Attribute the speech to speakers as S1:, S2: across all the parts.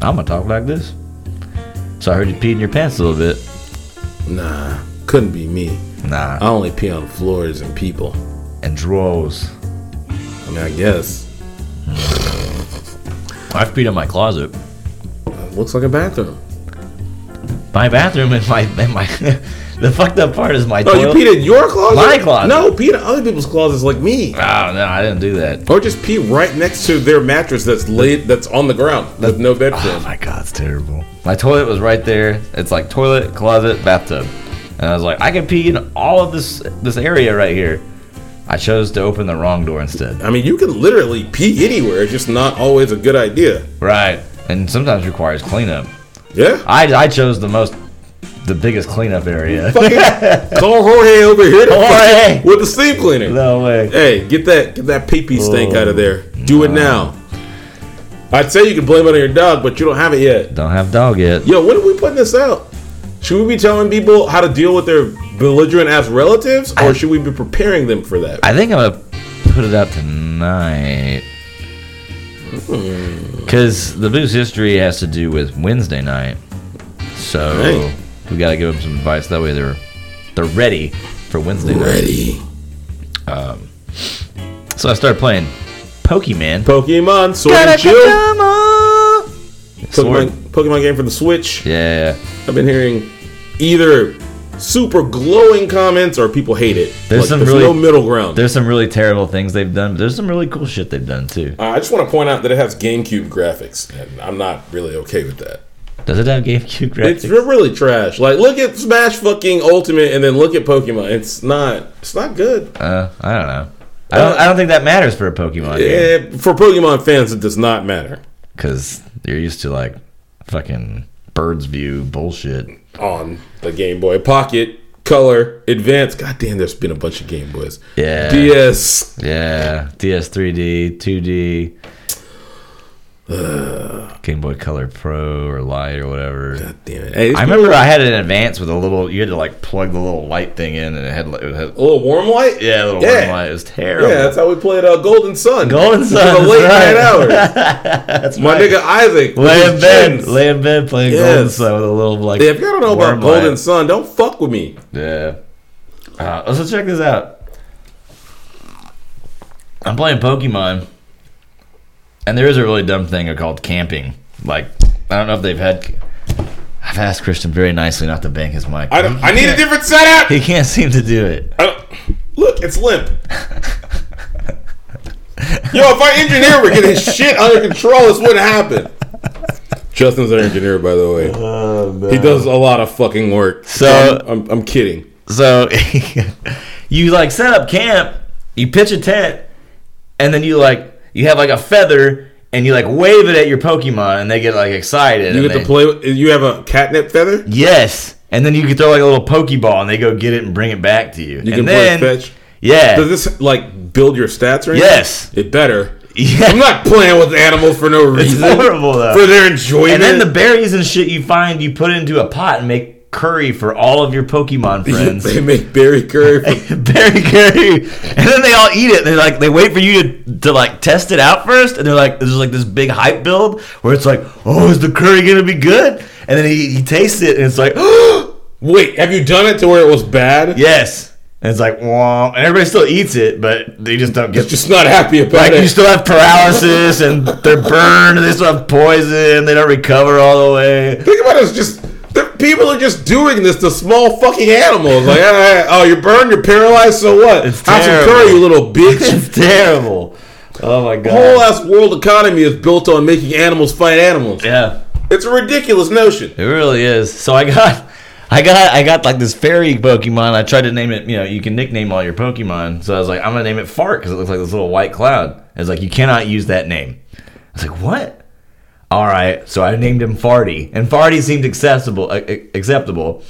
S1: I'm gonna talk like this. So I heard you peed in your pants a little bit.
S2: Nah, couldn't be me.
S1: Nah.
S2: I only pee on floors and people.
S1: And drawers.
S2: I mean, I guess.
S1: I've peed in my closet.
S2: Uh, Looks like a bathroom.
S1: My bathroom and my and my. the fucked up part is my
S2: No, you
S1: toilet.
S2: peed in your closet?
S1: My closet.
S2: No, pee in other people's closets like me.
S1: Oh no, I didn't do that.
S2: Or just pee right next to their mattress that's laid that's on the ground with no bed
S1: Oh
S2: frame.
S1: my god, it's terrible. My toilet was right there. It's like toilet, closet, bathtub, and I was like, I can pee in all of this this area right here. I chose to open the wrong door instead.
S2: I mean, you can literally pee anywhere. It's just not always a good idea.
S1: Right, and sometimes requires cleanup.
S2: Yeah.
S1: I I chose the most, the biggest cleanup area.
S2: Fucking call Jorge over here to
S1: Jorge!
S2: with the steam cleaner.
S1: no way.
S2: Hey, get that get that pee pee stink
S1: Oh,
S2: out of there. Do it now. I'd say you can blame it on your dog, but you don't have it yet.
S1: Don't have dog yet.
S2: Yo, when are we putting this out? Should we be telling people how to deal with their belligerent ass relatives, or
S1: I-
S2: should we be preparing them for that?
S1: I think I'm gonna put it out tonight.
S2: Hmm.
S1: Because the booze history has to do with Wednesday night, so
S2: Right.
S1: we gotta give them some advice. That way they're they're ready for Wednesday night.
S2: Ready.
S1: So I started playing Pokemon.
S2: Pokemon Sword
S1: Gotta
S2: and Shield.
S1: come on!
S2: Pokemon,
S1: Sword.
S2: Pokemon game for the Switch.
S1: Yeah,
S2: I've been hearing either super glowing comments or people hate it.
S1: There's some
S2: there's
S1: really-
S2: no middle ground.
S1: there's some really terrible things they've done, but there's some really cool shit they've done too.
S2: Uh, I just want to point out that it has GameCube graphics, and I'm not really okay with that.
S1: Does it have GameCube
S2: It's
S1: graphics?
S2: re- really trash. Like, look at Smash fucking Ultimate, and then look at Pokemon. It's not. It's not good.
S1: uh, I don't know. I don't, I don't think that matters for a Pokemon game.
S2: Eh, for Pokemon fans, it does not matter.
S1: because you're used to like fucking bird's view bullshit.
S2: On the Game Boy Pocket, Color, Advance. God damn, there's been a bunch of Game Boys.
S1: Yeah.
S2: DS.
S1: yeah. DS3D, 2D, Game Boy Color Pro or Light or whatever.
S2: God damn it. Hey, it's
S1: I remember I had an advance with a little. You had to like plug the little light thing in, and it had. It had
S2: a little warm light.
S1: yeah, a little
S2: Yeah.
S1: warm light. It was terrible.
S2: Yeah, that's how we played uh, Golden Sun.
S1: Golden
S2: For
S1: Sun.
S2: the late night
S1: that's right.
S2: hours.
S1: That's
S2: My
S1: right.
S2: nigga Isaac. with
S1: Lay
S2: his
S1: in bed,
S2: chins.
S1: lay in bed playing
S2: Yes.
S1: Golden Sun with a little like.
S2: Yeah, if y'all don't know about
S1: warm light.
S2: Golden Sun, don't fuck with me.
S1: Yeah. Uh, so check this out. I'm playing Pokemon, and there is a really dumb thing called camping. Like, I don't know if they've had. I've asked Christian very nicely not to bang his mic.
S2: I, don't, I need a different setup.
S1: He can't seem to do it.
S2: I don't- Look, it's limp. Yo, if our engineer were getting shit under control, this wouldn't happen. Justin's our engineer, by the way. He does a lot of fucking work.
S1: So-
S2: I'm, I'm, I'm kidding.
S1: So, you like set up camp, you pitch a tent, and then you like you have like a feather and you like wave it at your Pokemon, and they get like excited.
S2: You
S1: and
S2: get to
S1: they-
S2: play. with- You have a catnip feather.
S1: Yes. And then you can throw like a little pokeball and they go get it and bring it back to you.
S2: You
S1: and
S2: can
S1: then,
S2: play fetch.
S1: Yeah.
S2: Does this like build your stats or anything?
S1: Yes.
S2: It better.
S1: Yeah.
S2: I'm not playing with animals for no
S1: it's
S2: reason.
S1: horrible though.
S2: For their enjoyment.
S1: and then the berries and shit you find you put into a pot and make curry for all of your Pokemon friends.
S2: they make berry curry. For,
S1: Berry curry. And then they all eat it. They like they wait for you to, to like test it out first and they're like there's like this big hype build where it's like, Oh, is the curry gonna be good? And then he, he tastes it and it's like
S2: wait, have you done it to where it was bad?
S1: Yes. And it's like, Womp. and everybody still eats it, but they just don't get
S2: It's just not happy about
S1: Like
S2: it.
S1: you still have paralysis and they're burned. They still have poison. They don't recover all the way.
S2: Think about it. It's just the people are just doing this to small fucking animals. Like, all right, oh, you're burned, you're paralyzed. So what?
S1: It's
S2: Have some
S1: terrible.
S2: curry, you little bitch.
S1: It's terrible. Oh my
S2: The whole
S1: god.
S2: ass world economy is built on making animals fight animals.
S1: Yeah,
S2: It's a ridiculous notion.
S1: it really is. So I got, I got, I got like this fairy Pokemon. I tried to name it. You know, you can nickname all your Pokemon. So I was like, I'm gonna name it Fart because it looks like this little white cloud. And It's like you cannot use that name. I was like, what? All right, so I named him Farty, and Farty seemed accessible, uh, uh, acceptable.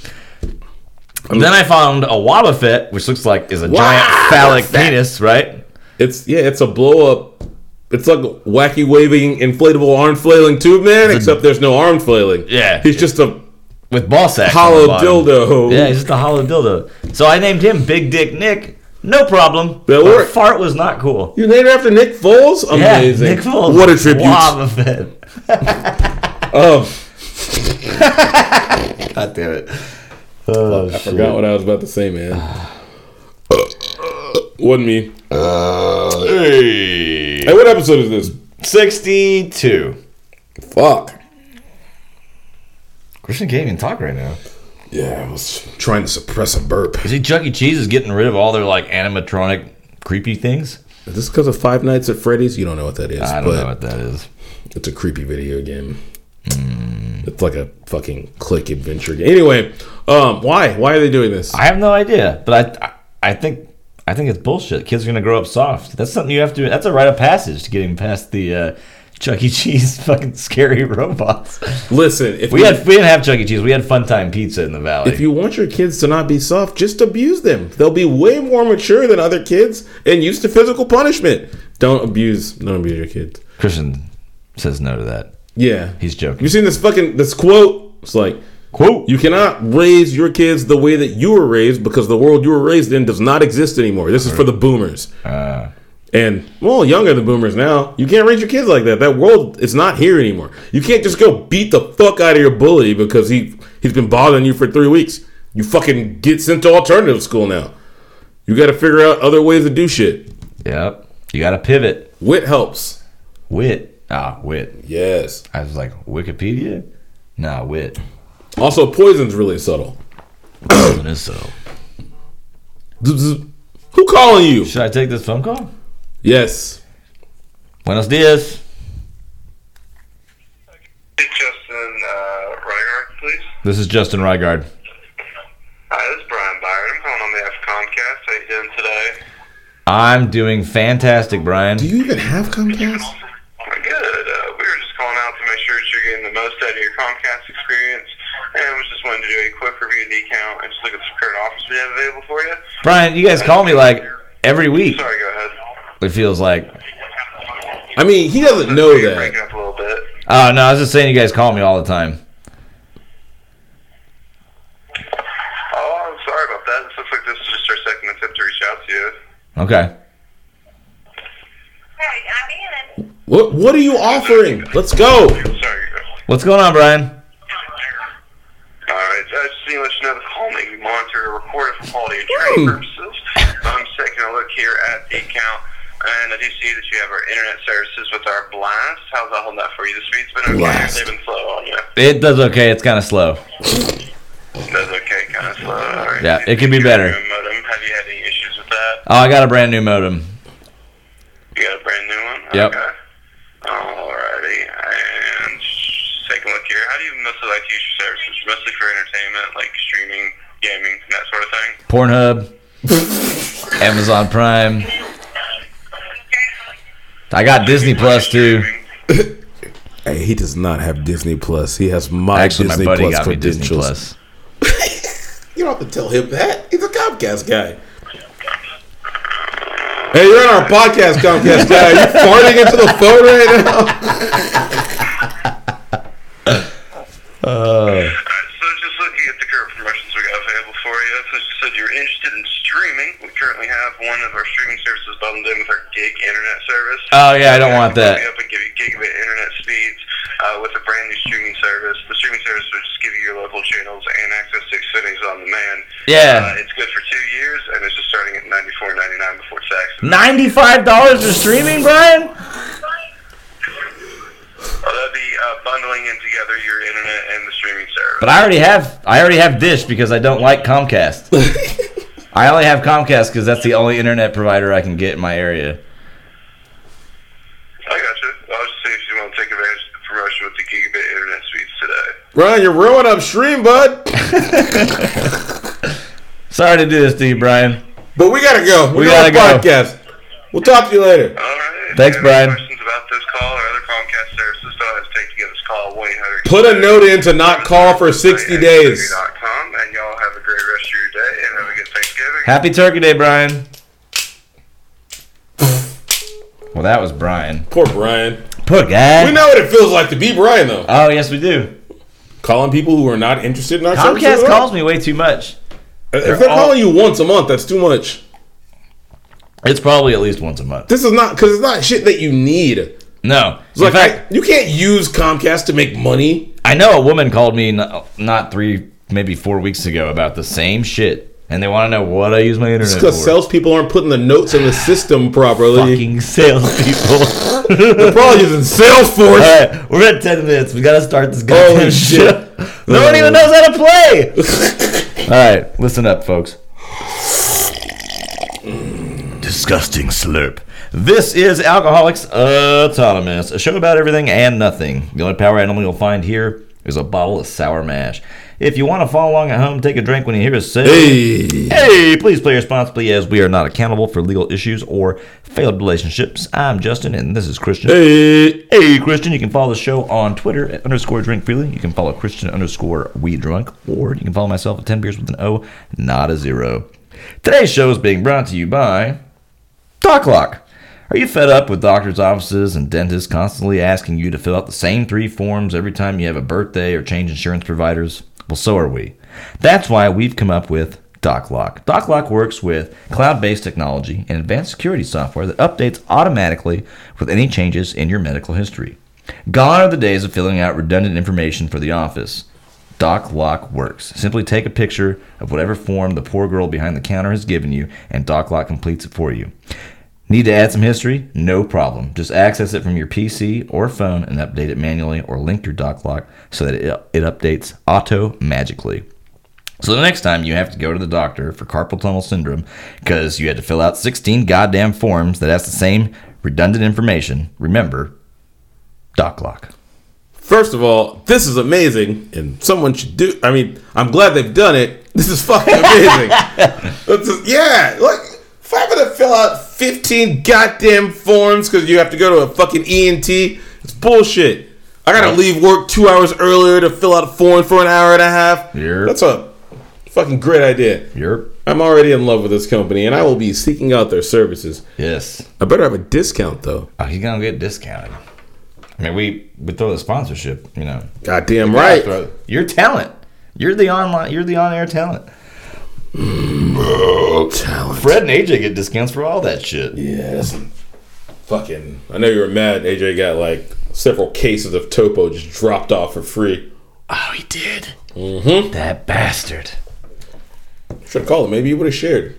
S1: then I found a Wobbuffet, which looks like is a giant phallic penis, right?
S2: It's yeah, it's a blow up. It's like wacky waving inflatable arm flailing tube man, except there's no arm flailing.
S1: Yeah.
S2: he's just a
S1: With ball sacks. on the
S2: hollow
S1: bottom.
S2: dildo.
S1: Yeah, he's just a hollow dildo. So I named him Big Dick Nick. No problem.
S2: That
S1: But
S2: worked.
S1: Fart was not cool.
S2: You named it after Nick Foles?
S1: Yeah,
S2: Amazing.
S1: Nick Foles.
S2: What a tribute.
S1: Wobbuffet.
S2: Um,
S1: God damn it.
S2: I
S1: Oh,
S2: forgot what I was about to say, man. Wasn't me.
S1: hey.
S2: Hey, what episode is this?
S1: 62.
S2: Fuck.
S1: Christian can't even talk right now.
S2: Yeah, I was trying to suppress a burp.
S1: You see, Chuck E. Cheese is getting rid of all their like animatronic creepy things.
S2: Is this because of Five Nights at Freddy's? You don't know what that is,
S1: I don't
S2: but
S1: know what that is.
S2: it's a creepy video game. It's like a fucking click adventure game. Anyway, um, why? Why are they doing this?
S1: I have no idea, but I, I, I think, I think it's bullshit. Kids are gonna grow up soft. That's something you have to. That's a rite of passage to getting past the uh, Chuck E. Cheese fucking scary robots.
S2: Listen, if
S1: We
S2: you,
S1: had we didn't have Chuck E. Cheese. We had Fun Time Pizza in the Valley.
S2: if you want your kids to not be soft, just abuse them. They'll be way more mature than other kids and used to physical punishment. Don't abuse. Don't abuse your kids.
S1: Christian says no to that.
S2: Yeah,
S1: He's joking.
S2: You seen this fucking this quote? It's like
S1: Quote.
S2: you cannot raise your kids the way that you were raised because the world you were raised in does not exist anymore. This is for the boomers.
S1: Uh,
S2: And well, younger than boomers now, you can't raise your kids like that. That world is not here anymore. You can't just go beat the fuck out of your bully because he he's been bothering you for three weeks. You fucking get sent to alternative school now. You got to figure out other ways to do shit.
S1: yep. You gotta pivot.
S2: Wit helps.
S1: Wit. Ah, wit.
S2: Yes.
S1: I was like Wikipedia. Nah, wit.
S2: Also, poison's really subtle.
S1: Poison is so.
S2: Zzz, zzz. Who calling you?
S1: Should I take this phone call?
S2: Yes.
S1: Buenos dias.
S3: Hey, Justin uh, Reiner, please.
S1: This is Justin Rygaard.
S3: Hi, this is Brian Byron. I'm calling on behalf of Comcast. How you doing today?
S1: I'm doing fantastic, Brian.
S2: Do you even have Comcast?
S3: We're good. Uh, we were just calling out to make sure that you're getting the most out of your Comcast experience, and we just wanted to do a quick review of the account and just look at some current offers we have available for you.
S1: Brian, you guys call me like every week.
S3: Sorry, go ahead.
S1: It feels like.
S2: I mean, he doesn't know
S3: You're
S2: that.
S3: breaking up a little bit.
S1: Oh no, I was just saying you guys call me all the time.
S3: Oh, I'm sorry about that. This looks like this is just our second attempt to reach out to you.
S1: Okay.
S4: Hey, I'm in.
S2: What What are you offering? Let's go.
S3: Sorry. go ahead.
S1: What's going on, Brian?
S3: All right, I just need to let you know the call may be monitored or recorded for quality and training purposes. I'm just taking a look here at the account, and I do see that you have our internet services with our blast. How's that holding up for you? The speed's been okay.
S2: Blast.
S3: They've been slow on you.
S1: It does okay. It's kind of slow.
S3: That's okay, kind of slow. All right.
S1: Yeah, it could be better.
S3: Modem. Have you had any issues with that?
S1: Oh, I got a brand new modem.
S3: You got a brand new one?
S1: Yep.
S3: Okay. Alrighty. And just take a look here. How do you mostly like to use your services? Mostly for entertainment, like streaming, gaming, that sort of thing?
S1: Pornhub, Amazon Prime. I got Disney Plus too.
S2: Hey, he does not have Disney Plus. He has my
S1: Actually, my buddy got me Disney
S2: credentials.
S1: Plus.
S2: You don't have to tell him that. He's a Comcast guy. Hey, you're on our podcast, Comcast guy. Are you farting into the phone right now?
S3: Alright, so just looking at the current promotions we got available for you, since you said you're interested in streaming, we currently have one of our streaming services bundled in with our gig internet service.
S1: Oh yeah, I don't want
S3: We can hook you
S1: that.
S3: up and give you gigabit internet speeds uh, with a brand new streaming service. The streaming service will just give you your local channels and access to Xfinity's on demand.
S1: Yeah.
S3: Uh, it's good for two years, and it's just starting at ninety four ninety nine before tax.
S1: Ninety-five dollars for streaming, Brian.
S3: Uh, that'd be uh, bundling in together your internet and the streaming service.
S1: But I already have I already have Dish because I don't like Comcast. I only have Comcast because that's the only internet provider I can get in my area.
S3: I gotcha. I was just saying if you want to take advantage of the promotion with the gigabit internet speeds today.
S2: Brian, you're ruining up stream, bud.
S1: Sorry to do this to you, Brian.
S2: But we gotta go. We,
S1: We
S2: got
S1: gotta
S2: a
S1: go.
S2: podcast. We'll talk to you later.
S3: All right.
S1: Thanks,
S3: If you have
S1: Brian.
S3: any Questions about this call or other Comcast services? Don't hesitate to give us a call. One eight hundred.
S2: Put a note in to not call for 60 days.
S3: Com, and y'all have a great rest of your day and have a good Thanksgiving.
S1: Happy Turkey Day, Brian. Well, that was Brian.
S2: Poor Brian.
S1: Poor guy.
S2: We know what it feels like to be Brian, though.
S1: Oh yes, we do.
S2: Calling people who are not interested in our services
S1: Comcast
S2: at all?
S1: calls me way too much.
S2: If they're
S1: all-
S2: calling you once a month, that's too much.
S1: It's probably at least once a month.
S2: This is not because it's not shit that you need.
S1: No.
S2: It's
S1: In
S2: like
S1: fact,
S2: I- you can't use Comcast to make money.
S1: I know a woman called me n- not three, maybe four weeks ago about the same shit, and they want to know what I use my internet for.
S2: Because salespeople aren't putting the notes in the system properly.
S1: Fucking salespeople.
S2: They're probably using Salesforce.
S1: All right, we're at ten minutes. We gotta start this goddamn
S2: Holy shit.
S1: shit. No one even knows how to play. All right, listen up, folks. Disgusting slurp. This is Alcoholics Autonomous, a show about everything and nothing. The only power animal you'll find here is a bottle of sour mash. If you want to follow along at home, take a drink when you hear us say.
S2: Hey.
S1: Hey, please play responsibly as we are not accountable for legal issues or failed relationships. I'm Justin and this is Christian.
S2: Hey.
S1: Hey, Christian, you can follow the show on Twitter at underscore drink freely. You can follow Christian underscore we drunk, or you can follow myself at 10 beers with an O, not a zero. Today's show is being brought to you by DocLock. Are you fed up with doctor's offices and dentists constantly asking you to fill out the same three forms every time you have a birthday or change insurance providers? Well, so are we. That's why we've come up with DocLock. DocLock works with cloud based technology and advanced security software that updates automatically with any changes in your medical history. Gone are the days of filling out redundant information for the office. DocLock works. Simply take a picture of whatever form the poor girl behind the counter has given you, and DocLock completes it for you. Need to add some history? No problem. Just access it from your PC or phone and update it manually or link your DocLock so that it, it updates auto magically. So the next time you have to go to the doctor for carpal tunnel syndrome because you had to fill out 16 goddamn forms that has the same redundant information, remember DocLock.
S2: First of all, this is amazing, and someone should do. I mean, I'm glad they've done it. This is fucking amazing. This is- yeah, like if I have to fill out 15 goddamn forms because you have to go to a fucking ENT, it's bullshit. I gotta leave work two hours earlier to fill out a form for an hour and a half.
S1: Yep.
S2: That's a fucking great idea.
S1: Yep.
S2: I'm already in love with this company, and I will be seeking out their services.
S1: Yes.
S2: I better have a discount though.
S1: Oh, he's gonna get discounted. I mean, we we throw the sponsorship, you know.
S2: Goddamn right.
S1: Throw- Your talent. You're the online. You're the on-air talent.
S2: Talent.
S1: Fred and AJ get discounts for all that shit.
S2: Yes. Fucking. I know you were mad. AJ got like several cases of Topo just dropped off for free.
S1: Oh, he did. Mm-hmm. That bastard
S2: Should have called him. Maybe he would have shared.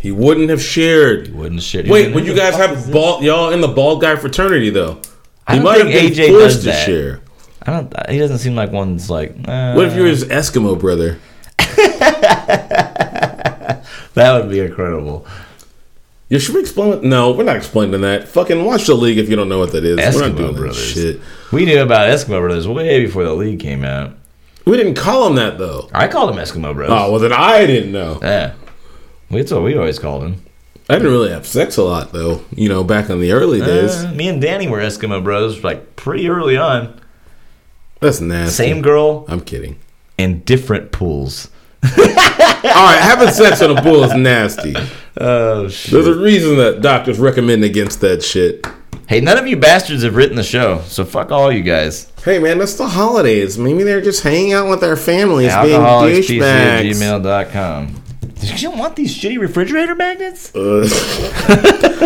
S2: He wouldn't have shared.
S1: wouldn't shit.
S2: Wait, would you guys have bald y'all in the bald guy fraternity though?
S1: I
S2: He
S1: don't
S2: might have
S1: think
S2: been
S1: AJ
S2: forced
S1: does
S2: to
S1: that.
S2: share.
S1: I don't. He doesn't seem like one that's like. Uh,
S2: What if you were his Eskimo brother?
S1: that would be incredible.
S2: You should we explain? it? No, we're not explaining that. Fucking watch the league if you don't know what that is. we're
S1: Eskimo
S2: not doing
S1: brothers.
S2: that shit.
S1: We knew about Eskimo Brothers way before the league came out.
S2: We didn't call him that though.
S1: I called him Eskimo Brothers.
S2: Oh well, then I didn't know.
S1: Yeah, that's what we always called him.
S2: I didn't really have sex a lot though. You know, back in the early days.
S1: Uh, me and Danny were Eskimo Brothers like pretty early on.
S2: That's nasty.
S1: Same girl
S2: I'm kidding.
S1: in different pools.
S2: All right, having sex in a pool is nasty.
S1: Oh shit.
S2: There's a reason that doctors recommend against that shit.
S1: Hey, none of you bastards have written the show, so fuck all you guys.
S2: Hey man, that's the holidays. Maybe they're just hanging out with their families, being
S1: AlcoholicsPC at
S2: douchebags.
S1: gmail.com. You don't want these shitty refrigerator magnets?
S2: Ugh.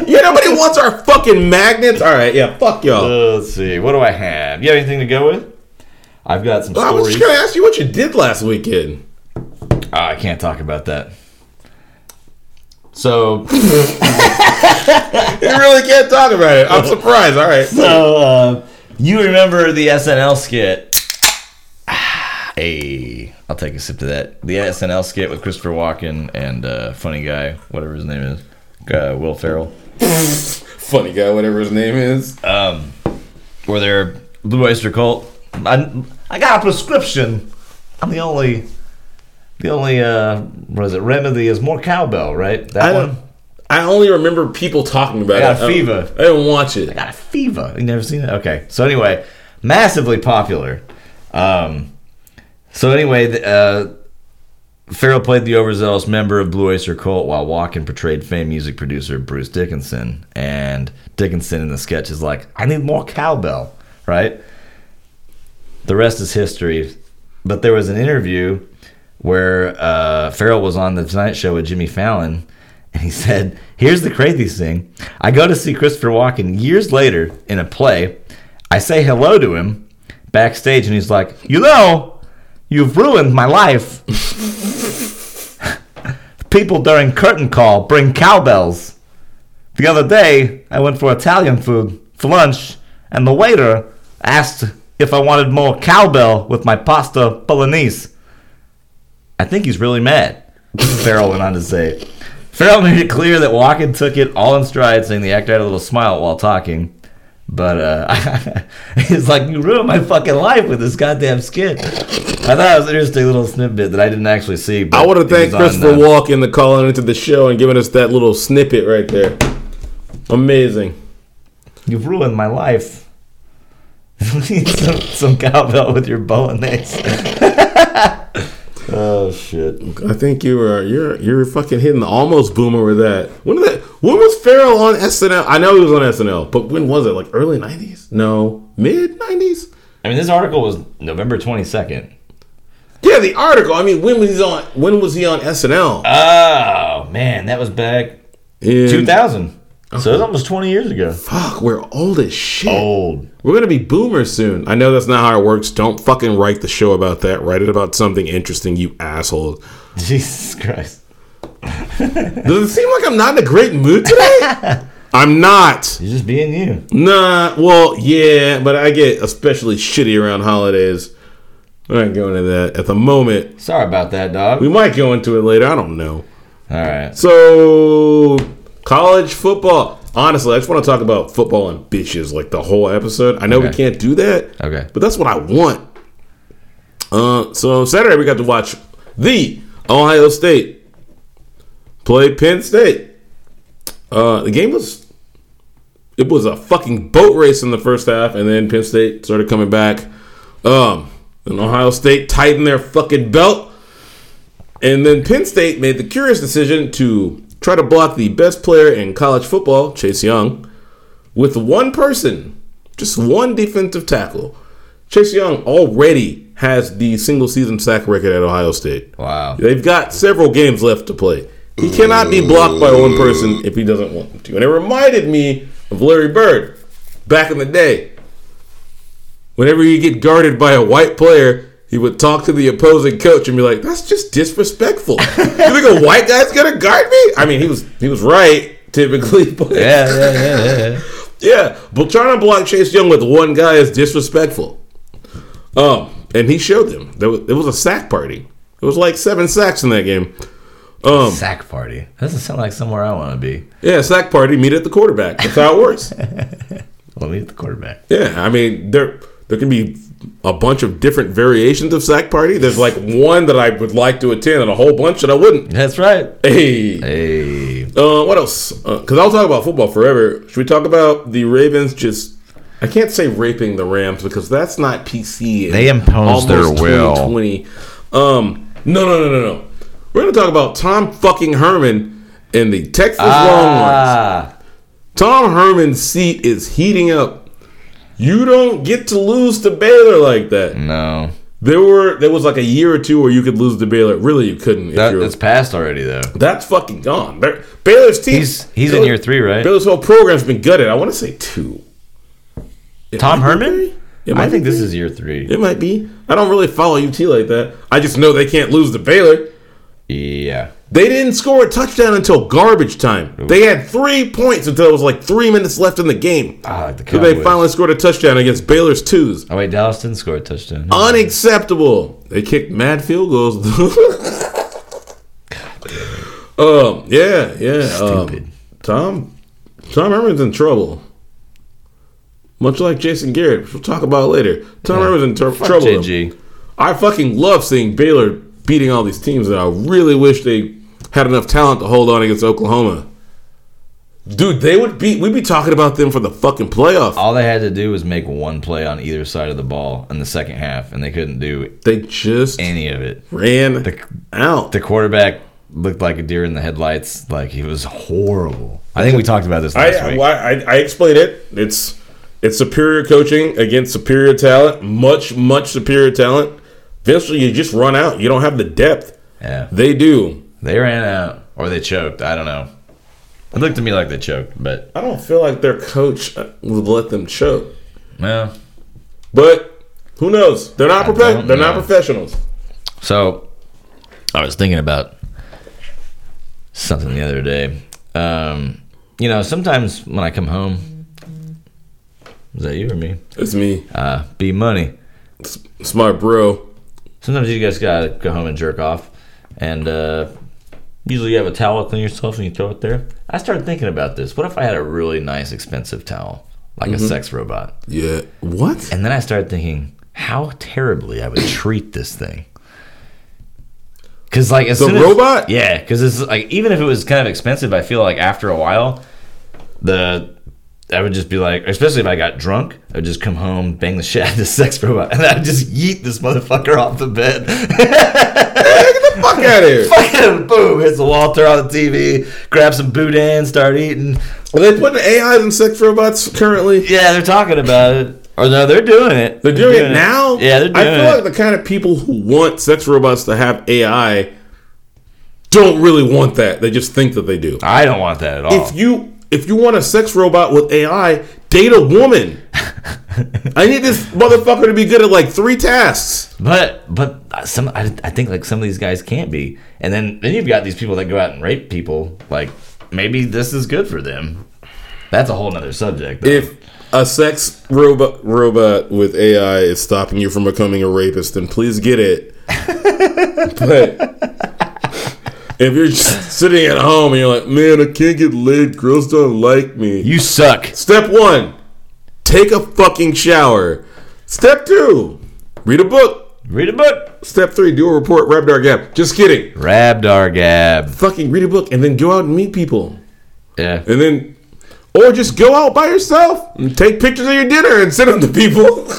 S2: yeah, nobody wants our fucking magnets. All right, yeah, fuck y'all.
S1: Uh, let's see. What do I have? You have anything to go with? I've got some
S2: I was
S1: stories.
S2: just gonna ask you what you did last weekend.
S1: Oh, I can't talk about that. So,
S2: You really can't talk about it. I'm surprised. All right.
S1: so uh, you remember the SNL skit? Ah, Hey, I'll take a sip to that. The SNL skit with Christopher Walken and uh, funny guy, whatever his name is, uh, Will Ferrell.
S2: Funny guy, whatever his name is.
S1: Um, where they're Blue Oyster Cult. I, I got a prescription. I'm the only, the only uh, what is it? Remedy is more cowbell, right? That
S2: I
S1: one.
S2: don't. I only remember people talking about
S1: got
S2: it. I-
S1: fever.
S2: I didn't watch it.
S1: Got a fever. You never seen it? Okay. So anyway, massively popular. Um, so anyway, the, uh, Farrell played the overzealous member of Blue Oyster Cult while Walken portrayed famed music producer Bruce Dickinson. And Dickinson in the sketch is like, "I need more cowbell," right? the rest is history. But there was an interview where uh, Farrell was on the Tonight Show with Jimmy Fallon, And he said, Here's the craziest thing. I go to see Christopher Walken years later in a play. I say hello to him backstage, and he's like, You know, you've ruined my life. People during curtain call bring cowbells. The other day, I went for Italian food for lunch, and the waiter asked if I wanted more cowbell with my pasta bolognese. I think he's really mad. Farrell went on to say. Farrell made it clear that Walken took it all in stride, saying the actor had a little smile while talking. But uh, he's like, you ruined my fucking life with this goddamn skit. I thought it was an interesting little snippet that I didn't actually see. But
S2: I would have
S1: it was
S2: thanked
S1: on,
S2: Christopher
S1: uh,
S2: Walken for calling into the show and giving us that little snippet right there. Amazing.
S1: You've ruined my life. some, some cowbell with your bolognese. oh shit!
S2: I think you were you're you're fucking hitting the almost boomer with that. When did that? When was Farrell on SNL? I know he was on SNL, but when was it? Like early nineties? No, mid nineties.
S1: I mean, this article was November twenty second.
S2: Yeah, the article. I mean, when was he on? When was he on SNL?
S1: Oh man, that was back
S2: In-
S1: two thousand. So it's almost twenty years ago.
S2: Fuck, we're old as shit.
S1: Old.
S2: Oh. We're gonna be boomers soon. I know that's not how it works. Don't fucking write the show about that. Write it about something interesting, you assholes.
S1: Jesus Christ.
S2: Does it seem like I'm not in a great mood today? I'm not.
S1: You're just being you.
S2: Nah. Well, yeah, but I get especially shitty around holidays. We're not going to that at the moment.
S1: Sorry about that, dog.
S2: We might go into it later. I don't know.
S1: All right.
S2: So, college football. Honestly, I just want to talk about football and bitches like the whole episode. I know we
S1: Okay.
S2: can't do that.
S1: Okay.
S2: But that's what I want. Uh, so Saturday we got to watch the Ohio State play Penn State. Uh, the game was it was a fucking boat race in the first half, and then Penn State started coming back. Um, and Ohio State tightened their fucking belt, and then Penn State made the curious decision to try to block the best player in college football, Chase Young, with one person, just one defensive tackle. Chase Young already has the single season sack record at Ohio State.
S1: Wow.
S2: They've got several games left to play. He cannot be blocked by one person if he doesn't want them to. And it reminded me of Larry Bird back in the day. Whenever you get guarded by a white player, he would talk to the opposing coach and be like, "That's just disrespectful. you think a white guy's gonna guard me?" I mean, he was he was right typically, but
S1: Yeah, yeah, yeah, yeah. yeah.
S2: yeah, but trying to block Chase Young with one guy is disrespectful. Um, and he showed them. There was, it was a sack party. It was like seven sacks in that game. Um,
S1: Sack party. Doesn't sound like somewhere I want to be.
S2: yeah, sack party. Meet at the quarterback. That's how it works.
S1: Let me hit the quarterback.
S2: Yeah, I mean there there can be a bunch of different variations of sack party. There's like one that I would like to attend, and a whole bunch that I wouldn't.
S1: That's right.
S2: Hey,
S1: Hey.
S2: Uh, what else? Because I'll talk about football forever. Should we talk about the Ravens just? I can't say raping the Rams because that's not PC.
S1: They imposed their will.
S2: Twenty. Um. No. No. No. No. No. We're gonna talk about Tom fucking Herman and the Texas Longhorns.
S1: Ah.
S2: Tom Herman's seat is heating up. You don't get to lose to Baylor like
S1: Mm.
S2: that.
S1: No.
S2: There were there was like a year or two where you could lose to Baylor. Really, you couldn't. if
S1: That,
S2: you're,
S1: that's passed already, though.
S2: that's fucking gone. Ba- Baylor's team.
S1: He's he's in year three, right?
S2: Baylor's whole program's been gutted. I want to say two. It
S1: Tom
S2: might be
S1: Herman?
S2: three. It might
S1: I think
S2: be
S1: this
S2: three.
S1: is year three.
S2: It might be. I don't really follow UT like that. I just know they can't lose to Baylor.
S1: Yeah.
S2: They didn't score a touchdown until garbage time. They had three points until it was like three minutes left in the game.
S1: Ah, like the
S2: So they
S1: Cowboys.
S2: finally scored a touchdown against Baylor's twos.
S1: Oh wait, Dallas didn't score a touchdown.
S2: Unacceptable. They kicked mad field goals. um, yeah, yeah.
S1: Stupid.
S2: Um, Tom Tom Herman's in trouble. Much like Jason Garrett, which we'll talk about later. Tom Herman's in tr-
S1: Fuck
S2: trouble. though.
S1: JG.
S2: I fucking love seeing Baylor beating all these teams, and I really wish they had enough talent to hold on against Oklahoma. Dude, they would be. We'd be talking about them for the fucking playoff.
S1: All they had to do was make one play on either side of the ball in the second half, and they couldn't do
S2: They just
S1: any of it.
S2: ran
S1: The
S2: out.
S1: the quarterback looked like a deer in the headlights. Like he was horrible. I think we talked about this last
S2: I,
S1: week.
S2: well, I, I explained it. It's it's superior coaching against superior talent, much much superior talent. Eventually, you just run out. You don't have the depth.
S1: yeah,
S2: They do.
S1: they ran out or they choked. I don't know. It looked to me like they choked, but
S2: I don't feel like their coach uh, would let them choke.
S1: well.
S2: But who knows? They're not profe-
S1: don't
S2: They're not
S1: know.
S2: professionals.
S1: So I was thinking about something the other day. Um, you know, sometimes when I come home, is that you or me?
S2: It's me.
S1: Uh, be money.
S2: It's my bro.
S1: Sometimes you guys gotta go home and jerk off, and uh, usually you have a towel clean yourself and you throw it there. I started thinking about this. What if I had a really nice, expensive towel, like a sex robot?
S2: Yeah. What?
S1: And then I started thinking how terribly I would treat this thing. Cause like as
S2: The
S1: soon as-
S2: robot?
S1: yeah. Cause it's like even if it was kind of expensive, I feel like after a while, the I would just be like, especially if I got drunk, I would just come home, bang the shit out of this sex robot, and I'd just yeet this motherfucker off the bed.
S2: Get the fuck out of here.
S1: Fucking boom! Hits the wall, throw out the TV, grab some boudin, start eating.
S2: Are they putting AIs in sex robots currently?
S1: Yeah, they're talking about it. Or no, they're doing it.
S2: They're doing it now.
S1: Yeah, they're doing
S2: I feel
S1: it.
S2: like the kind of people who want sex robots to have AI don't really want that. They just think that they do.
S1: I don't want that at all.
S2: If you if you want a sex robot with AI, date a woman. I need this motherfucker to be good at like three tasks.
S1: But but some I, I think like some of these guys can't be, and then then you've got these people that go out and rape people. Like maybe this is good for them. That's a whole nother subject. though.
S2: If a sex robot robot with AI is stopping you from becoming a rapist, then please get it. but if you're just sitting at home and you're like, man, I can't get laid, girls don't like me.
S1: you suck,
S2: Step one, take a fucking shower. Step two, read a book.
S1: read a book.
S2: Step three, do a report, rub our gap. Just kidding.
S1: Rabdar Gab.
S2: Fucking read a book and then go out and meet people.
S1: Yeah.
S2: And then, or just go out by yourself and take pictures of your dinner and send them to people.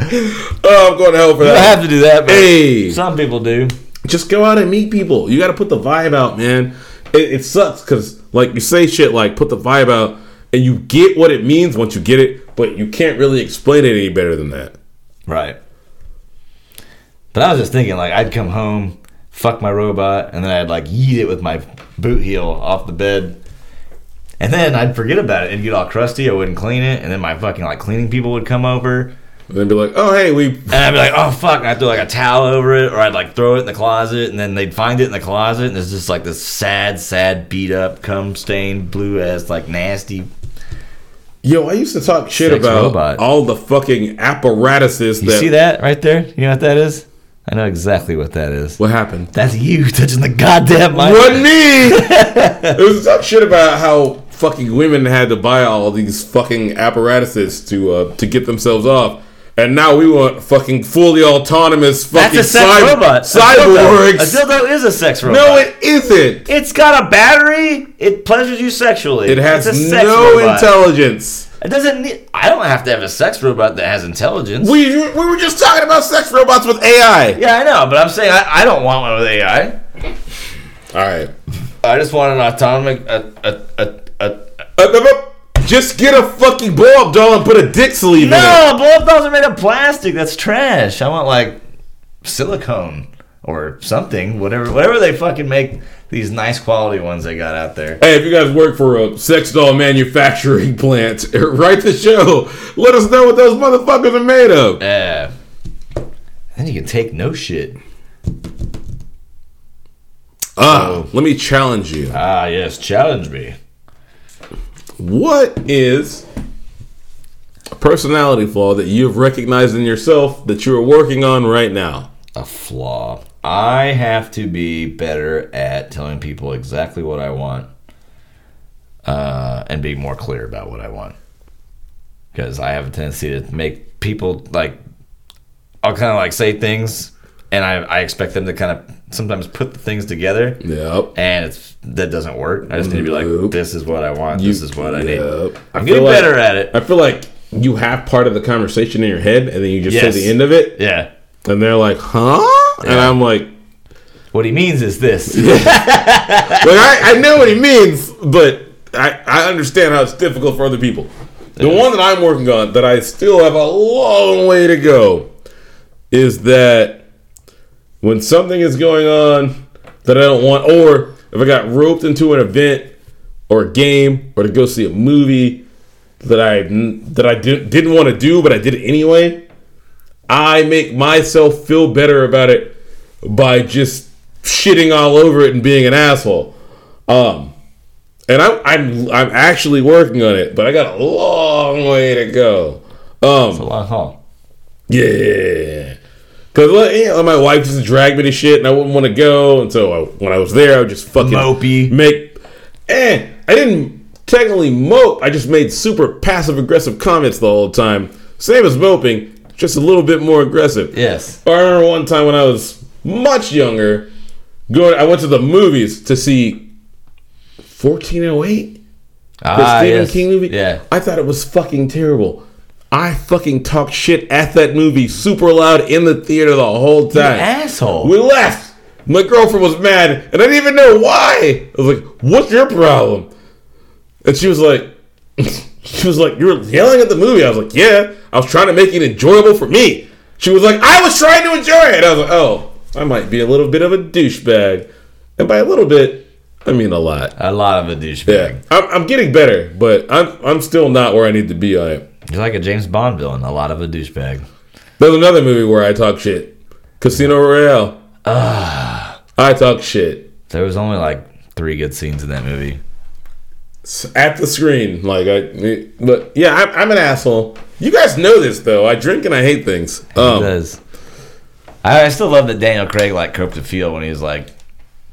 S2: oh, I'm going to hell for
S1: I
S2: that.
S1: have to do that, but
S2: Hey,
S1: some people do.
S2: just go out and meet people. You got to put the vibe out, man. It, it sucks because, like, you say shit like put the vibe out and you get what it means once you get it, but you can't really explain it any better than that.
S1: Right. But I was just thinking, like, I'd come home, fuck my robot, and then I'd like yeet it with my boot heel off the bed. And then I'd forget about it. It'd get all crusty. I wouldn't clean it. And then my fucking like cleaning people would come over.
S2: And then be like, oh, hey, we.
S1: And I'd be like, oh fuck. And I'd throw like a towel over it or I'd like throw it in the closet. And then they'd find it in the closet. And it's just like this sad, sad, beat up, cum stained, blue ass, like nasty.
S2: Yo, I used to talk shit
S1: Sex
S2: about
S1: robot.
S2: all the fucking apparatuses
S1: You
S2: that.
S1: see that right there? You know what that is? I know exactly what that is.
S2: What happened?
S1: That's you touching the goddamn mic.
S2: Wasn't me. it was some shit about how fucking women had to buy all these fucking apparatuses to uh, to get themselves off, and now we want fucking fully autonomous
S1: That's
S2: fucking
S1: a sex
S2: cy-
S1: robot. A dildo. A
S2: cyborgs.
S1: dildo is a sex robot.
S2: No, it isn't.
S1: It's got a battery. It pleasures you sexually.
S2: It has
S1: it's a sex
S2: no
S1: robot.
S2: intelligence.
S1: It doesn't. Need, I don't have to have a sex robot that has intelligence.
S2: We we were just talking about sex robots with AI.
S1: yeah, I know, but I'm saying I, I don't want one with AI.
S2: All right.
S1: I just want an autonomous. A, a, a, a,
S2: Uh, uh, uh, just get a fucking blow up doll and put a dick sleeve in it.
S1: no, blow up dolls are made of plastic. That's trash. I want like silicone or something. Whatever, whatever they fucking make these nice quality ones they got out there.
S2: Hey, if you guys work for a sex doll manufacturing plant, write the show. Let us know what those motherfuckers are made of.
S1: Yeah. Then you can take no shit. Oh.
S2: Ah, let me challenge you.
S1: Ah, yes, challenge me.
S2: What is a personality flaw that you've recognized in yourself that you are working on right now?
S1: A flaw. I have to be better at telling people exactly what I want uh, and be more clear about what I want. Because I have a tendency to make people like, I'll kind of like say things and I, I expect them to kind of sometimes put the things together
S2: Yep.
S1: and it's that doesn't work. I just need to be like,
S2: Nope.
S1: this is what I want,
S2: You-
S1: this is what I need.
S2: Yep. I
S1: I'm
S2: feel
S1: getting
S2: like-
S1: better at it.
S2: I feel like you have part of the conversation in your head and then you just
S1: Yes.
S2: say the end of it
S1: Yeah.
S2: and they're like, huh? And I'm like,
S1: What he means is this.
S2: like I, I know what he means, but I, I understand how it's difficult for other people. The one that I'm working on that I still have a long way to go is that when something is going on that I don't want, or if I got roped into an event or a game or to go see a movie that I that I did, didn't want to do but I did it anyway, I make myself feel better about it by just shitting all over it and being an asshole. Um, and I'm I'm I'm actually working on it, but I got a long way to go. Um,
S1: It's a long haul.
S2: yeah. Cause like, you know, my wife just dragged me to shit, and I wouldn't want to go. And so I, when I was there, I would just fucking
S1: Mopey.
S2: make. Eh, I didn't technically mope. I just made super passive aggressive comments the whole time. Same as moping, just a little bit more aggressive.
S1: Yes.
S2: I remember one time when I was much younger, going. I went to the movies to see 1408 the
S1: Ah,
S2: Stephen
S1: yes.
S2: King movie.
S1: Yeah.
S2: I thought it was fucking terrible. I fucking talked shit at that movie super loud in the theater the whole time.
S1: asshole.
S2: We left. My girlfriend was mad, and I didn't even know why. I was like, "What's your problem?" And she was like, "She was like, you were yelling at the movie." I was like, "Yeah, I was trying to make it enjoyable for me." She was like, "I was trying to enjoy it." I was like, "Oh, I might be a little bit of a douchebag," and by a little bit, I mean a lot.
S1: a lot of a douchebag.
S2: Yeah, I'm, I'm getting better, but I'm I'm still not where I need to be on it.
S1: He's like a James Bond villain. A lot of a douchebag.
S2: There's another movie where I talk shit, Casino Royale. I talk shit
S1: There was only like three good scenes in that movie.
S2: S- at the screen, like I. But yeah, I'm, I'm an asshole. You guys know this though. I drink and I hate things.
S1: It
S2: Um,
S1: does. I, I still love that Daniel Craig like coped the feel when he was like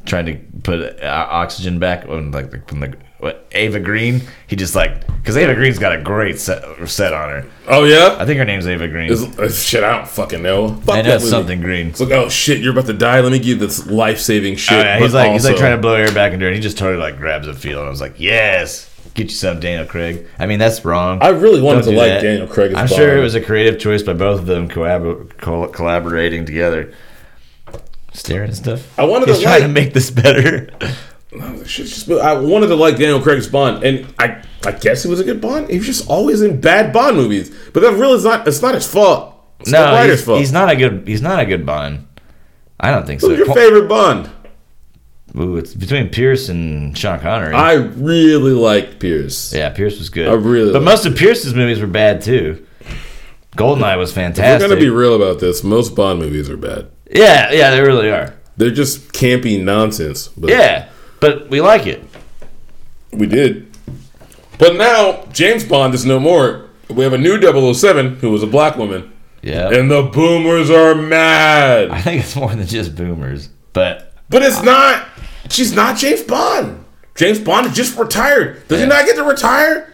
S1: trying to put uh, oxygen back on like the, from the what Ava Green. He just like because Ava Green's got a great set, set on her.
S2: oh yeah.
S1: I think her name's Ava Green.
S2: It's- it's shit, I don't fucking know. Fuck
S1: I know
S2: that
S1: it's
S2: movie.
S1: something green.
S2: It's like, oh shit, you're about to die. Let me give you this life saving shit.
S1: Oh, yeah, he's
S2: but
S1: like he's like
S2: also-
S1: trying to blow air back into her, and he just totally like grabs a feel, and I was like, yes, get you some Daniel Craig. I mean, that's wrong.
S2: I really wanted
S1: Don't
S2: to
S1: do
S2: like
S1: that.
S2: Daniel Craig. As
S1: I'm sure
S2: Bond.
S1: it was a creative choice by both of them collab- col- collaborating together. Staring at stuff.
S2: I wanted
S1: He's
S2: to
S1: trying
S2: like-
S1: to make this better.
S2: Shit's Oh, just- I wanted to like Daniel Craig's Bond, and I I guess he was a good Bond. He was just always in bad Bond movies, but that really is not. It's not his fault. It's the
S1: no,
S2: writer's
S1: he's,
S2: fault.
S1: he's not a good. He's not a good Bond. I don't think so.
S2: Who's your
S1: Col-
S2: favorite Bond?
S1: Ooh, it's between Pierce and Sean Connery.
S2: I really liked Pierce.
S1: yeah, Pierce was good.
S2: I really
S1: But
S2: like-
S1: most of Pierce's movies were bad too. Goldeneye was
S2: We're
S1: fantastic.
S2: gonna be real about this. Most Bond movies are bad.
S1: yeah, yeah, they really are.
S2: They're just campy nonsense. But
S1: Yeah, but we like it.
S2: we did. But now James Bond is no more. We have a new 007 who was a black woman,
S1: Yeah,
S2: and the boomers are mad.
S1: I think it's more than just boomers, but
S2: But it's not. She's not James Bond. James Bond is just retired. Does
S1: Yeah.
S2: he not get to retire?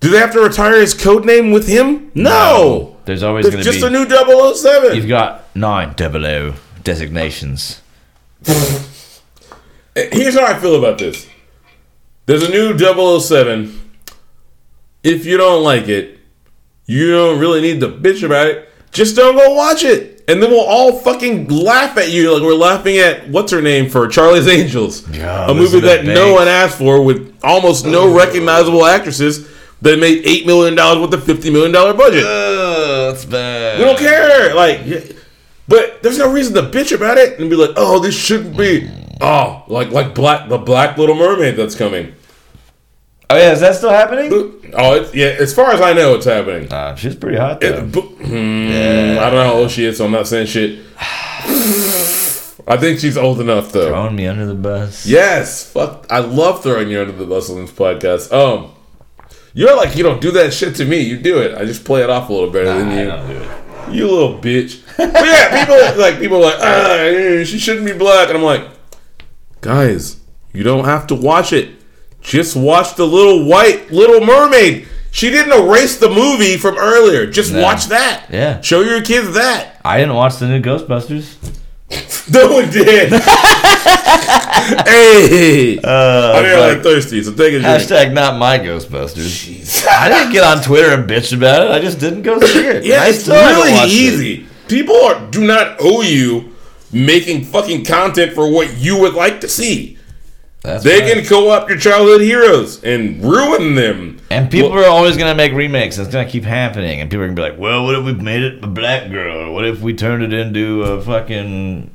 S2: Do they have to retire his code name with him? No.
S1: um, there's always going
S2: It's
S1: to
S2: just
S1: be
S2: a new 007.
S1: You've got nine double O designations.
S2: Here's how I feel about this. There's a new 007. If you don't like it, you don't really need to bitch about it. Just don't go watch it. And then we'll all fucking laugh at you like we're laughing at what's her name for Charlie's Angels.
S1: Yeah,
S2: a movie
S1: Elizabeth
S2: that no
S1: Banks.
S2: one asked for with almost no recognizable actresses that made $8 million with a $50 million budget.
S1: Oh, that's bad.
S2: We don't care. Like, yeah. but there's no reason to bitch about it and be like, oh, this shouldn't be. Oh, like like black the black Little Mermaid that's coming.
S1: Oh yeah, is that still happening?
S2: Oh, it's, yeah. As far as I know, it's happening.
S1: Uh, she's pretty hot
S2: It-
S1: though.
S2: bu- hmm, I don't know how old she is, so I'm not saying shit. I think she's old enough though.
S1: Throwing me under the bus.
S2: Yes, fuck. I love throwing you under the bus on this podcast. Um, you're like you don't do that shit to me. You do it. I just play it off a little better than
S1: I
S2: you.
S1: don't do it.
S2: You little bitch. But yeah, people like people are like ah, eh, she shouldn't be black, and I'm like, guys, you don't have to watch it. Just watch the little white Little Mermaid. She didn't erase the movie from earlier. Just watch that.
S1: Yeah.
S2: Show your kids that.
S1: I didn't watch the new Ghostbusters.
S2: No one did. hey.
S1: Uh,
S2: I'm really thirsty, so take a drink.
S1: hashtag not my Ghostbusters. I didn't get on Twitter and bitch about it. I just didn't go see it.
S2: Yeah,
S1: I
S2: it's
S1: still haven't
S2: really
S1: watched it.
S2: easy. People are, do not owe you making fucking content for what you would like to see.
S1: That's
S2: They
S1: right.
S2: can co-op your childhood heroes and ruin them.
S1: And people are always gonna make remakes. It's gonna keep happening, and people are gonna be like, "Well, what if we made it a black girl? What if we turned it into a fucking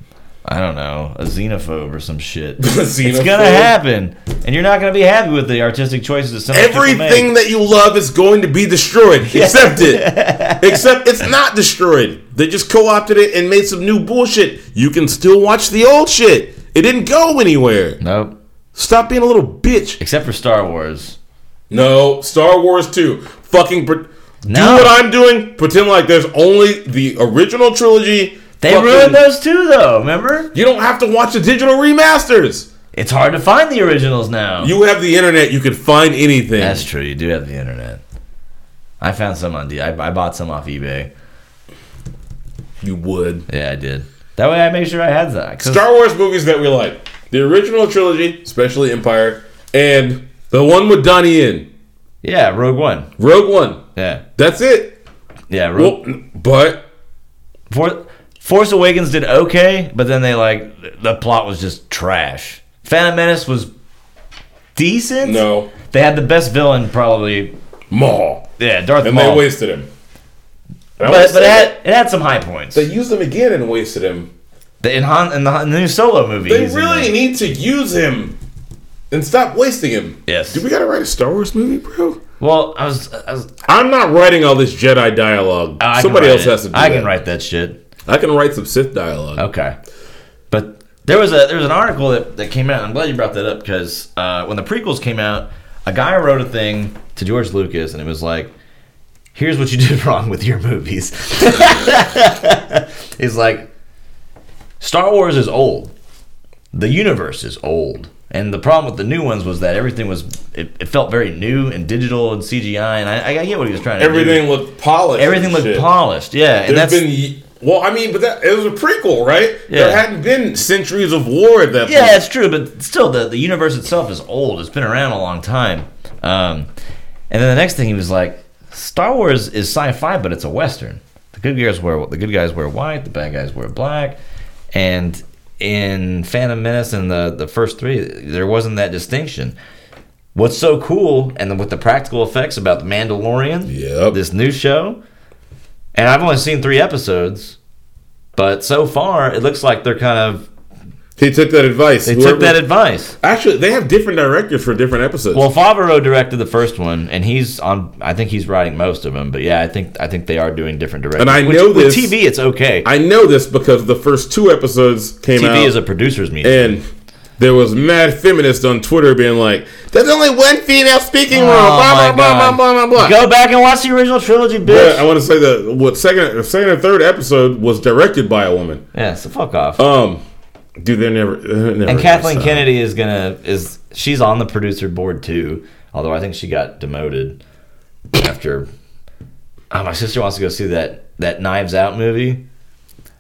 S1: I don't know, a xenophobe or some shit. It's
S2: Xenophobe.
S1: gonna happen, and you're not gonna be happy with the artistic choices that some people make.
S2: Everything that you love is going to be destroyed. Accept it. Except it's not destroyed. They just co opted it and made some new bullshit. You can still watch the old shit. It didn't go anywhere.
S1: Nope,
S2: Stop being a little bitch.
S1: except for Star Wars.
S2: No, Star Wars 2. Fucking. Pre-
S1: No.
S2: Do what I'm doing. Pretend like there's only the original trilogy.
S1: They
S2: Fucking-
S1: ruined those too, though. Remember,
S2: You don't have to watch the digital remasters.
S1: it's hard to find the originals now.
S2: You have the internet. You can find anything.
S1: That's true. You do have the internet. I found some on. D- I, I bought some off eBay.
S2: you would.
S1: Yeah, I did. That way, I made sure I had that. 'cause-
S2: Star Wars movies that we like. The original trilogy, especially Empire, and the one with Donnie in.
S1: yeah, Rogue One.
S2: Rogue One.
S1: Yeah,
S2: That's it.
S1: yeah. Rogue.
S2: Well, but
S1: For- Force Awakens did okay, but then they like the plot was just trash. Phantom Menace was decent.
S2: no.
S1: They had the best villain probably.
S2: Maul.
S1: Yeah, Darth
S2: And
S1: Maul.
S2: they wasted him. And I
S1: but
S2: would
S1: but
S2: say
S1: it
S2: that
S1: had, it had some high points.
S2: they used him again and wasted him.
S1: The- in, Han, in, the, in the new Solo movie.
S2: They
S1: he's in
S2: really
S1: there.
S2: need to use him and stop wasting him.
S1: Yes.
S2: Do we gotta write a Star Wars movie, bro?
S1: Well, I was. I was
S2: I'm not writing all this Jedi dialogue.
S1: I can
S2: Somebody
S1: write
S2: else
S1: it.
S2: has to do
S1: I
S2: that.
S1: can write that shit.
S2: I can write some Sith dialogue.
S1: Okay, but there was a there was an article that, that came out. And I'm glad you brought that up because uh, when the prequels came out, a guy wrote a thing to George Lucas, and it was like, "Here's what you did wrong with your movies." He's like, "Star Wars is old. The universe is old." And the problem with the new ones was that everything was it, it felt very new and digital and CGI and I, I get what he was trying to do.
S2: Everything looked polished.
S1: everything
S2: and
S1: looked
S2: shit.
S1: polished, yeah. And
S2: There's
S1: that's
S2: been ye- well, I mean, but that it was a prequel, right? There
S1: Yeah.
S2: hadn't been centuries of war at that
S1: Yeah,
S2: point.
S1: it's true, but still, the, the universe itself is old. It's been around a long time. Um, and then the next thing he was like, Star Wars is sci-fi, but it's a western. The good guys wear the good guys wear white, the bad guys wear black, and in Phantom Menace and the the first three, there wasn't that distinction. What's so cool, and with the practical effects about the Mandalorian,
S2: Yep.
S1: this new show, and I've only seen three episodes, but so far it looks like they're kind of
S2: He took that advice.
S1: they
S2: Whoever-
S1: took that advice.
S2: Actually, they have different directors for different episodes.
S1: Well, Favreau directed the first one, and he's on. I think he's writing most of them. But yeah, I think I think they are doing different directors.
S2: And I
S1: Which-
S2: know
S1: with
S2: this-
S1: TV, it's okay.
S2: I know this because the first two episodes came out,
S1: TV is a producer's meeting.
S2: and there was mad feminist on Twitter being like, "There's only one female speaking role."
S1: Oh,
S2: Blah blah
S1: my
S2: blah
S1: God.
S2: blah blah blah blah.
S1: Go back and watch the original trilogy,
S2: But
S1: bitch.
S2: I want to say that what second, the second and third episode was directed by a woman.
S1: yeah, so fuck off.
S2: Um, dude, they're never. they're never
S1: and Kathleen
S2: reconciled.
S1: Kennedy is gonna is she's on the producer board too. Although I think she got demoted after. Oh, my sister wants to go see that that Knives Out movie.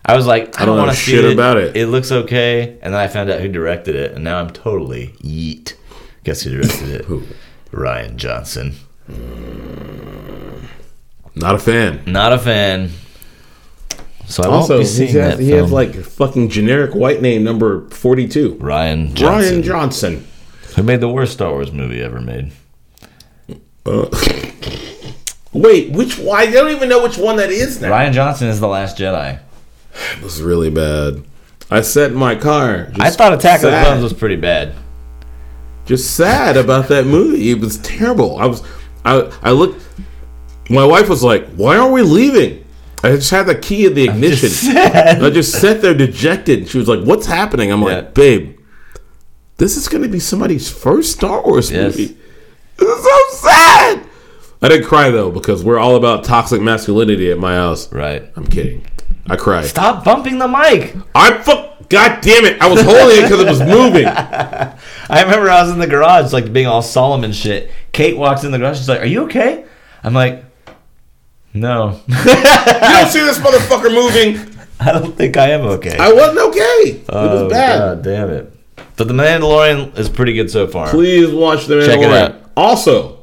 S1: I was like, I, don't,
S2: don't know
S1: want to see
S2: shit
S1: it.
S2: about it.
S1: It looks okay, and then I found out who directed it, and now I'm totally yeet. Guess who directed it? who? Ryan Johnson.
S2: Not a fan.
S1: Not a fan. So I
S2: Also,
S1: won't be
S2: he
S1: seeing
S2: has,
S1: that
S2: he
S1: film.
S2: has like fucking generic white name number 42.
S1: Ryan Johnson,
S2: Brian Johnson.
S1: who made the worst Star Wars movie ever made.
S2: Wait, which why? I don't even know which one that is now.
S1: Ryan Johnson is the Last Jedi.
S2: It was really bad. I set my car. Just
S1: I thought Attack of the
S2: sad-
S1: Clones was pretty bad.
S2: just sad about that movie. It was terrible. I was I I looked my wife was like, "Why aren't we leaving?" I just had the key of the ignition. And I just sat there dejected. She was like, "What's happening?" I'm
S1: Yeah.
S2: like, "Babe, this is going to be somebody's first Star Wars
S1: Yes.
S2: movie. This is so sad." I didn't cry though because we're all about toxic masculinity at my house.
S1: Right.
S2: I'm kidding. I cried.
S1: Stop bumping the mic.
S2: I fuck. God damn it! I was holding it because it was moving.
S1: I remember I was in the garage, like being all solemn and shit. Kate walks in the garage. She's like, "Are you okay?" I'm like, "No,
S2: You don't see this motherfucker moving.
S1: I don't think I am okay." Oh,
S2: I wasn't okay. it was bad.
S1: God damn it! But the Mandalorian is pretty good so far.
S2: Please watch The Mandalorian.
S1: Check it out.
S2: Also,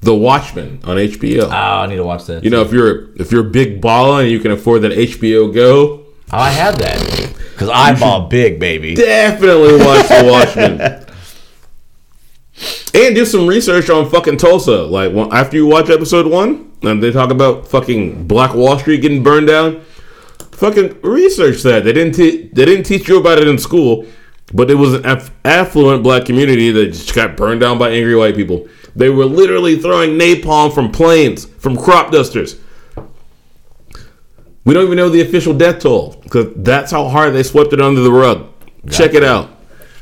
S2: The Watchmen on HBO.
S1: Oh, I need to watch that.
S2: you know, if you're if you're a big baller and you can afford that HBO Go,
S1: oh, I had that because I ball big, baby.
S2: definitely watch The Watchmen. And do some research on fucking Tulsa. Like when, um, after you watch episode one, and they talk about fucking Black Wall Street getting burned down. Fucking research that. They didn't te- they didn't teach you about it in school, but it was an aff- affluent black community that just got burned down by angry white people. They were literally throwing napalm from planes, from crop dusters. We don't even know the official death toll because that's how hard they swept it under the rug. Check it out.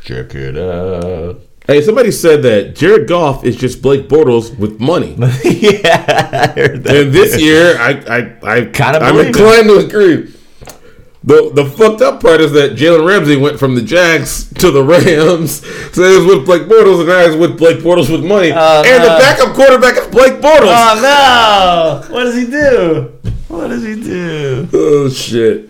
S1: Check it out.
S2: Hey, somebody said that Jared Goff is just Blake Bortles with money.
S1: yeah, I heard that.
S2: And this year, I I, I
S1: Kinda
S2: I'm
S1: believe it.
S2: inclined to agree. The the fucked up part is that Jalen Ramsey went from the Jags to the Rams. So it was with Blake Bortles, and now he's with Blake Bortles with money.
S1: Oh, no.
S2: and the backup quarterback is Blake
S1: uh,
S2: Bortles.
S1: Oh no! What does he do? What does he do?
S2: oh shit!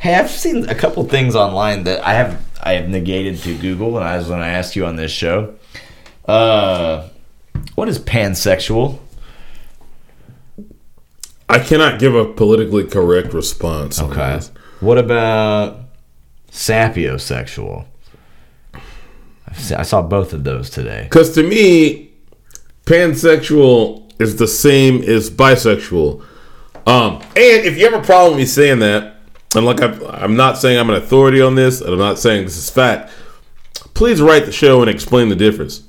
S1: Hey, I've seen a couple things online that I have I have negated to Google, and I was going to ask you on this show. Uh, what is pansexual?
S2: I cannot give a politically correct response. on this.
S1: What about sapiosexual? I've se- I saw both of those today.
S2: Because to me, pansexual is the same as bisexual. Um, and if you have a problem with me saying that, and like I'm, I'm not saying I'm an authority on this, and I'm not saying this is fact, please write the show and explain the difference.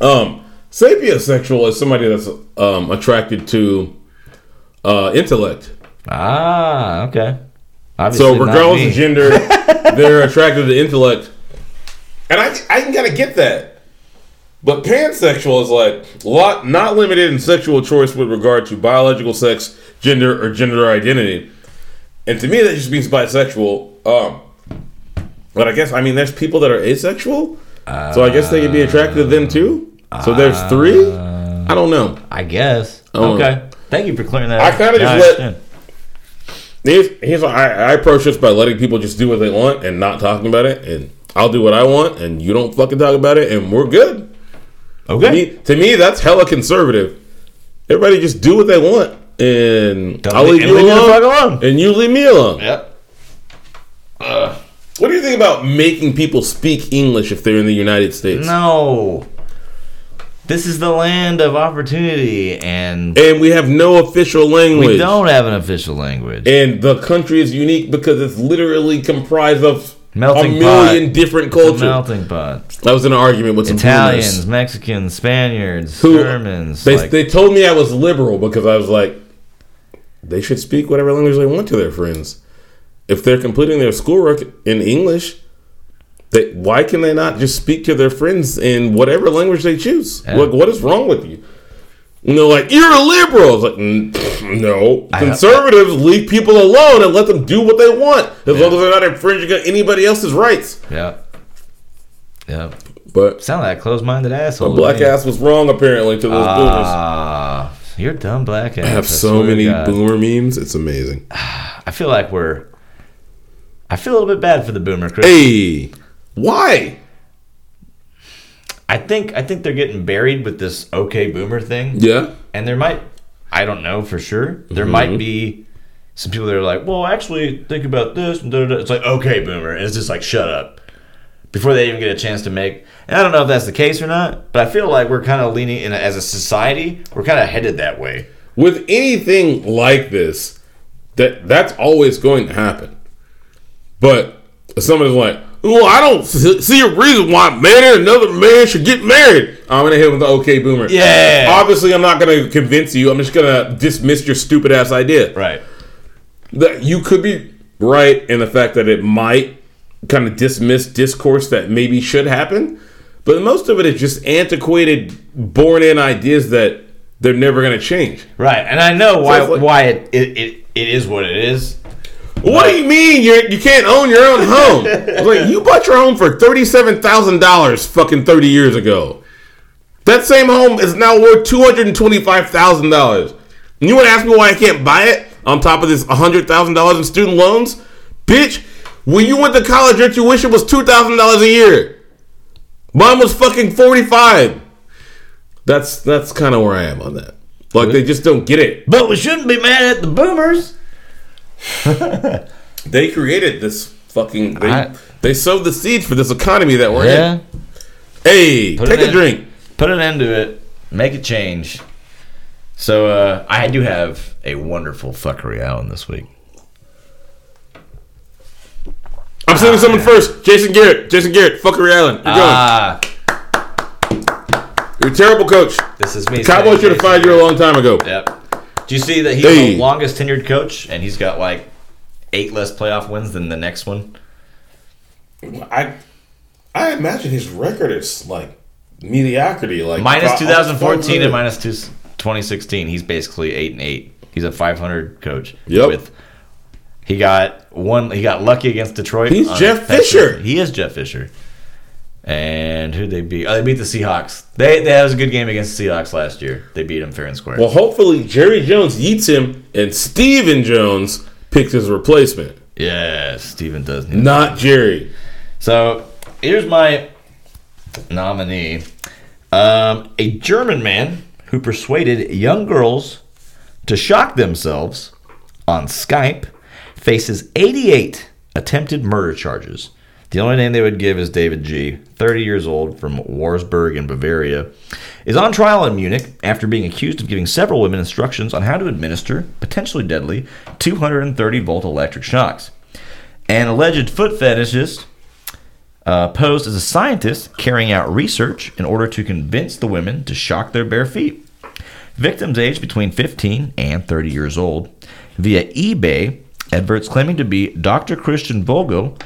S2: Um, sapiosexual is somebody that's um, attracted to uh, intellect.
S1: Ah, okay.
S2: So
S1: Obviously not
S2: regardless
S1: me.
S2: of gender, they're attracted to intellect, and I I can kind of get that. But pansexual is like lot not limited in sexual choice with regard to biological sex, gender, or gender identity, and to me that just means bisexual. Um, but I guess I mean there's people that are asexual, so I guess they could be attracted to them too. So there's three. I don't know.
S1: I guess.
S2: Oh.
S1: Okay. Thank you for clearing that
S2: I
S1: up. Now
S2: kinda just
S1: I
S2: let-
S1: understand.
S2: Here's, here's I, I approach this by letting people just do what they want and not talking about it, and I'll do what I want, and you don't fucking talk about it, and we're good.
S1: Okay.
S2: I mean, to me, that's hella conservative. Everybody just do what they want, and
S1: Don't
S2: I'll
S1: leave- and
S2: leave you
S1: leave me the
S2: alone,
S1: fuck alone.
S2: and you leave me alone.
S1: Yep.
S2: What do you think about making people speak English if they're in the United States?
S1: No. This is the land of opportunity, and
S2: And we have no official language.
S1: we don't have an official language.
S2: And the country is unique because it's literally comprised of
S1: Melting
S2: a million
S1: pot.
S2: different
S1: It's a
S2: cultures.
S1: melting pot.
S2: I was in an argument with some boomers.
S1: Italians, Mexicans, Spaniards,
S2: Who-
S1: Germans.
S2: They,
S1: like-
S2: they told me I was liberal because I was like, they should speak whatever language they want to their friends. If they're completing their schoolwork in English, they, why can they not just speak to their friends in whatever language they choose?
S1: Yeah.
S2: What, what is wrong with you? And they're like, you're a liberal. I was like, "Mm, pff, no.
S1: I-
S2: Conservatives leave people alone and let them do what they want as long as they're not infringing on anybody else's rights.
S1: yep. Yep.
S2: But
S1: Sound like a closed-minded asshole.
S2: the black
S1: to me.
S2: ass was wrong apparently to those boomers.
S1: Ah, you're dumb black ass.
S2: I have so
S1: swear to
S2: many
S1: God.
S2: boomer memes. It's amazing.
S1: I feel like we're. I feel a little bit bad for the boomer. Chris.
S2: Hey, why?
S1: I think I think they're getting buried with this okay boomer thing.
S2: Yeah,
S1: And there might, I don't know for sure. There might be some people that are like, well, actually, think about this. And da, da, da. It's like, okay, boomer. And it's just like, shut up. Before they even get a chance to make. And I don't know if that's the case or not, but I feel like we're kind of leaning, in, as a society, we're kind of headed that way.
S2: with anything like this, that that's always going to happen. But somebody's like, "Well, I don't s- see a reason why a man and another man should get married." I'm gonna hit with the okay boomer.
S1: Yeah.
S2: Obviously, I'm not gonna convince you. I'm just gonna dismiss your stupid ass idea.
S1: Right.
S2: that you could be right in the fact that it might kind of dismiss discourse that maybe should happen, but most of it is just antiquated, born-in ideas that they're never going to change.
S1: Right. And I know why
S2: it's like-
S1: why it, it, it, it is what it is.
S2: What do you mean you you can't own your own home? I was like you bought your home for thirty-seven thousand dollars fucking thirty years ago. That same home is now worth two hundred and twenty-five thousand dollars. And you want to ask me why I can't buy it on top of this hundred thousand dollars in student loans, bitch? When you went to college, your tuition was two thousand dollars a year. Mine was fucking forty-five. That's that's kind of where I am on that. Like they just don't get it.
S1: But we shouldn't be mad at the boomers.
S2: They created this fucking. They,
S1: I-
S2: they sowed the seeds for this economy that we're
S1: Yeah.
S2: in. Hey,
S1: Put
S2: take
S1: it
S2: a
S1: in.
S2: drink.
S1: put an end to it, make a change. So uh, I do have a wonderful fuckery island this week.
S2: I'm sending
S1: Ah.
S2: someone first. Jason Garrett. Jason Garrett. Fuck Ray Allen. You're going.
S4: Ah,
S2: You're a terrible coach.
S1: This is me. saying
S2: Cowboys should have
S1: Jason
S2: fired you a long time ago.
S1: Yep. Do you see that he's
S2: Hey.
S1: the longest tenured coach, and he's got like eight less playoff wins than the next one?
S2: I I imagine his record is like mediocrity, like
S1: Minus
S2: fi-
S1: 2014 and
S2: almost
S1: minus two, 2016, he's basically eight and eight. He's a 500 coach.
S2: Yep.
S1: he got one. He got lucky against Detroit.
S2: He's
S1: on a
S2: Jeff
S1: Patrick-
S2: Fisher.
S1: He is Jeff Fisher. And who they beat? Oh, they beat the Seahawks. They they had a good game against the Seahawks last year. They beat him fair and square.
S2: Well, hopefully Jerry Jones yeets him, and Steven Jones picks his replacement,
S1: yeah, Steven does. Need
S2: not Jerry.
S1: So here's my nominee um, a German man who persuaded young girls to shock themselves on Skype faces 88 attempted murder charges. The only name they would give is David G., 30 years old from Warsburg in Bavaria, is on trial in Munich after being accused of giving several women instructions on how to administer potentially deadly 230 volt electric shocks. An alleged foot fetishist uh, posed as a scientist carrying out research in order to convince the women to shock their bare feet. Victims aged between 15 and 30 years old. Via eBay, adverts claiming to be Dr. Christian Bogo,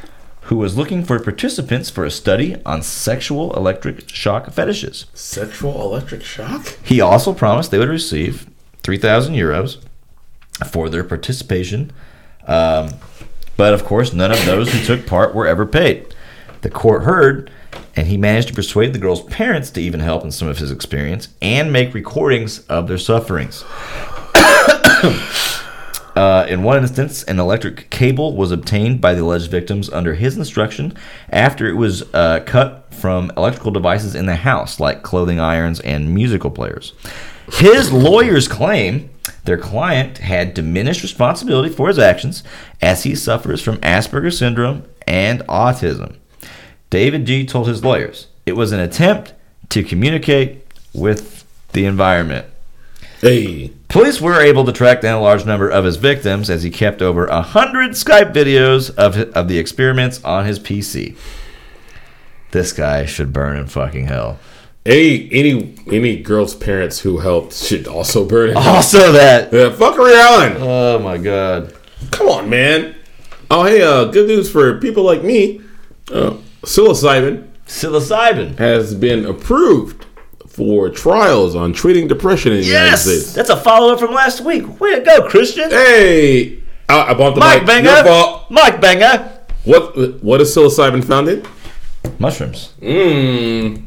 S1: who was looking for participants for a study on sexual electric shock fetishes.
S2: Sexual electric shock?
S1: He also promised they would receive 3,000 euros for their participation, um, but of course, none of those who took part were ever paid. The court heard, and he managed to persuade the girl's parents to even help in some of his experience and make recordings of their sufferings. Uh, in one instance, an electric cable was obtained by the alleged victims under his instruction after it was uh, cut from electrical devices in the house, like clothing irons and musical players. His lawyers claim their client had diminished responsibility for his actions as he suffers from Asperger's syndrome and autism. David G. told his lawyers it was an attempt to communicate with the environment.
S2: Hey,
S1: Police were able to track down a large number of his victims as he kept over 100 Skype videos of, of the experiments on his PC. This guy should burn in fucking hell.
S2: any any any girl's parents who helped should also burn it.
S1: Also, that.
S2: Yeah, fuck Ray Allen.
S1: Oh my god.
S2: Come on, man. Oh, hey, uh, good news for people like me. Uh, psilocybin
S1: Psilocybin.
S2: has been approved for trials on treating depression in the United
S1: Yes!
S2: States.
S1: That's a follow up from last week. Way to go, Christian.
S2: Hey, I, I bumped the
S1: Mike
S2: mic. Your fault.
S1: Banger. Mike Banger.
S2: What what is psilocybin found in?
S1: Mushrooms.
S2: Mmm.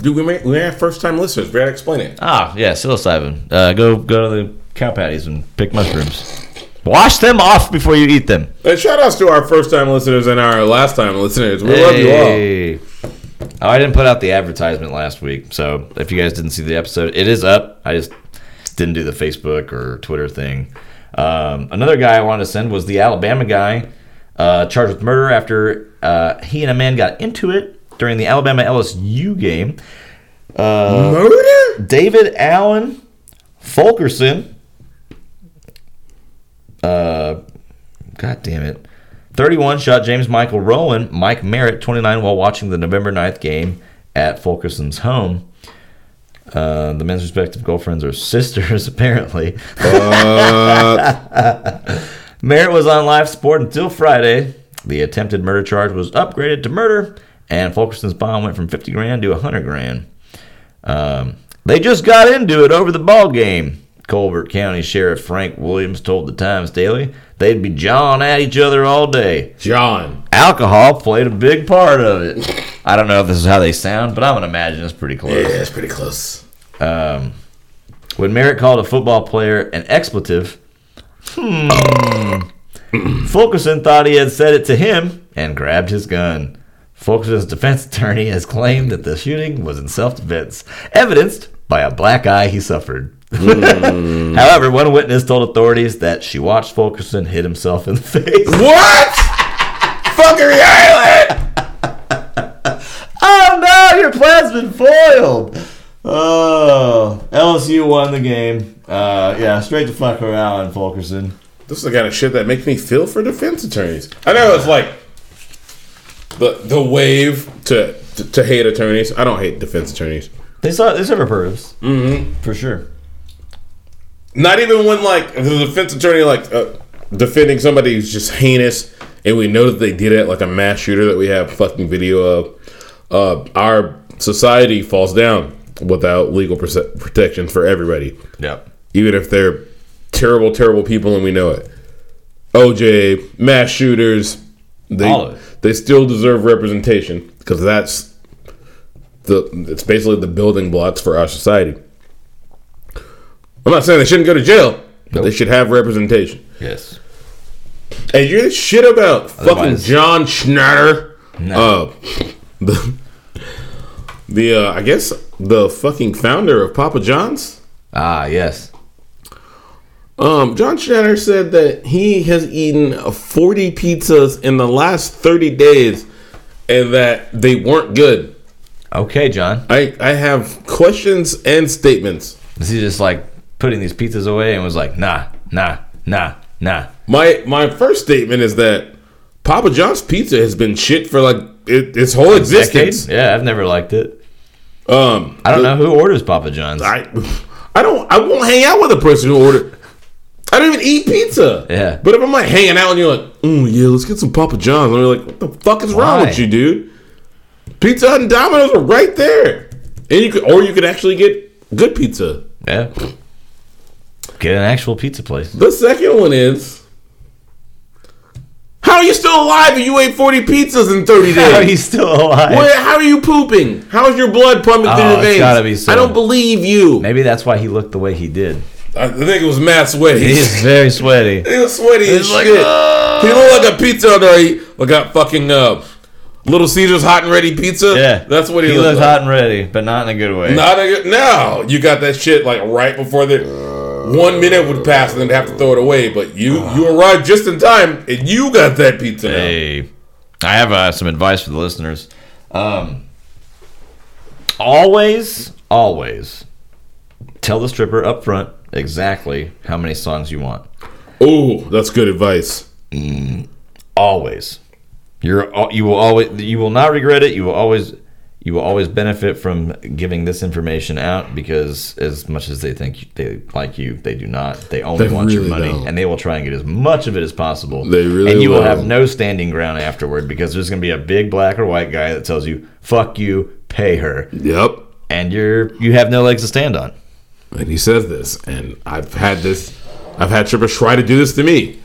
S2: Dude, we may we may have first time listeners. We gotta explain it.
S1: Ah, yeah, psilocybin. Uh, go, go to the cow patties and pick mushrooms. Wash them off before you eat them.
S2: And shout outs to our first time listeners and our last time listeners. We love you all.
S1: Hey. Oh, I didn't put out the advertisement last week, so if you guys didn't see the episode, it is up. I just didn't do the Facebook or Twitter thing. Um, another guy I wanted to send was the Alabama guy uh, charged with murder after uh, he and a man got into it during the Alabama LSU game.
S2: Murder?
S1: David Allen Fulkerson. Uh, God damn it. 31 shot James Michael Rowan, Mike Merritt, 29, while watching the November 9th game at Fulkerson's home. Uh, the men's respective girlfriends are sisters, apparently.
S2: Uh,
S1: Merritt was on live support until Friday. The attempted murder charge was upgraded to murder, and Fulkerson's bond went from 50 grand to 100 grand. Um, they just got into it over the ball game. Colbert County Sheriff Frank Williams told the Times Daily they'd be jawing at each other all day.
S2: John.
S1: Alcohol played a big part of it. I don't know if this is how they sound, but I'm gonna imagine it's pretty close.
S2: that's pretty close.
S1: Um, When Merritt called a football player an expletive, hmm, Fulkerson thought he had said it to him and grabbed his gun. Fulkerson's defense attorney has claimed that the shooting was in self defense, evidenced by a black eye he suffered. However, one witness told authorities that she watched Fulkerson hit himself in the face.
S2: What? Fucking Island!
S1: Oh no, your plan's been foiled! Oh, LSU won the game. Uh, yeah, straight to fuck around, Fulkerson.
S2: This is the kind of shit that makes me feel for defense attorneys. I know it's like the the wave to, to to hate attorneys. I don't hate defense attorneys.
S1: They saw they serve purpose. Mm-hmm. For sure.
S2: Not even when like the defense attorney like uh, defending somebody who's just heinous, and we know that they did it, like a mass shooter that we have fucking video of. Uh, our society falls down without legal prote- protection for everybody,
S1: Yep.
S2: even if they're terrible, terrible people, and we know it. OJ, mass shooters, they
S1: All of it.
S2: they still deserve representation because that's the it's basically the building blocks for our society. I'm not saying they shouldn't go to jail. but They
S1: Nope.
S2: should have representation.
S1: Yes.
S2: And you're the shit about fucking
S1: Otherwise-
S2: John Schneider.
S1: No.
S2: Uh, the the uh, I guess the fucking founder of Papa John's.
S1: Ah, yes.
S2: Um, John Schneider said that he has eaten uh, 40 pizzas in the last 30 days and that they weren't good.
S1: Okay, John.
S2: I, I have questions and statements.
S1: Is he just like putting these pizzas away and was like, nah, nah, nah, nah?
S2: My my first statement is that Papa John's pizza has been shit for like it, its whole existence.
S1: Decades? Yeah, I've never liked it.
S2: Um,
S1: I don't know who orders Papa John's.
S2: I I don't I won't hang out with a person who ordered. I don't even eat pizza.
S1: Yeah.
S2: But if I'm like hanging out and you're like, oh yeah, let's get some Papa John's, I'm like, what the fuck is wrong
S1: Why?
S2: with you, dude? Pizza Hut and Domino's are right there, and you could or you could actually get good pizza.
S1: Yeah. Get an actual pizza place.
S2: The second one is. How are you still alive if you ate 40 pizzas in 30 days?
S1: How are you still alive?
S2: Wait, how are you pooping? How is your blood pumping
S1: Oh,
S2: through your
S1: it's
S2: veins?
S1: gotta be so-
S2: I don't believe you.
S1: Maybe that's why he looked the way he did.
S2: I think it was Matt Sweaty.
S1: He is very sweaty.
S2: He was sweaty as
S1: like, "Ah."
S2: shit. He looked like a pizza under he like got fucking uh, Little Caesars hot and ready pizza.
S1: Yeah.
S2: that's what he,
S1: He
S2: looked
S1: looked
S2: like.
S1: hot and ready, but not in a good way.
S2: Not a good. No, you got that shit like right before the one minute would pass and then have to throw it away. But you you arrived just in time and you got that pizza. now.
S1: Ah. Hey, I have uh, some advice for the listeners. Um, always, always tell the stripper up front exactly how many songs you want.
S2: Oh, that's good advice.
S1: Always, you're al- you will always you will not regret it. You will always you will always benefit from giving this information out because as much as they think you- they like you, they do not. They only
S2: They
S1: want your
S2: really
S1: money,
S2: don't.
S1: and they will try and get as much of it as possible.
S2: They really
S1: and you will,
S2: will.
S1: have no standing ground afterward because there's going to be a big black or white guy that tells you "fuck you," pay her,
S2: Yep.
S1: and you're you have no legs to stand on.
S2: And he says this, and I've had this, I've had Tripper try to do this to me.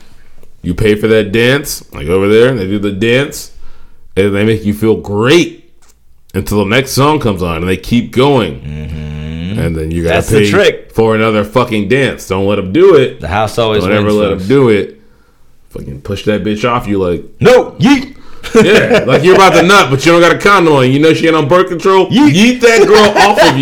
S2: You pay for that dance, like over there, and they do the dance, and they make you feel great until the next song comes on, and they keep going, and then you gotta
S1: Mm-hmm. That's the
S2: pay
S1: trick.
S2: for another fucking dance. Don't let them do it.
S1: The house always
S2: Don't ever
S1: wins,
S2: let
S1: folks.
S2: them do it. Fucking push that bitch off you like
S1: No, yeet.
S2: yeah, like you're about to nut, but you don't got a condom on. You know she ain't on birth control.
S1: Yeet.
S2: Yeet that girl off of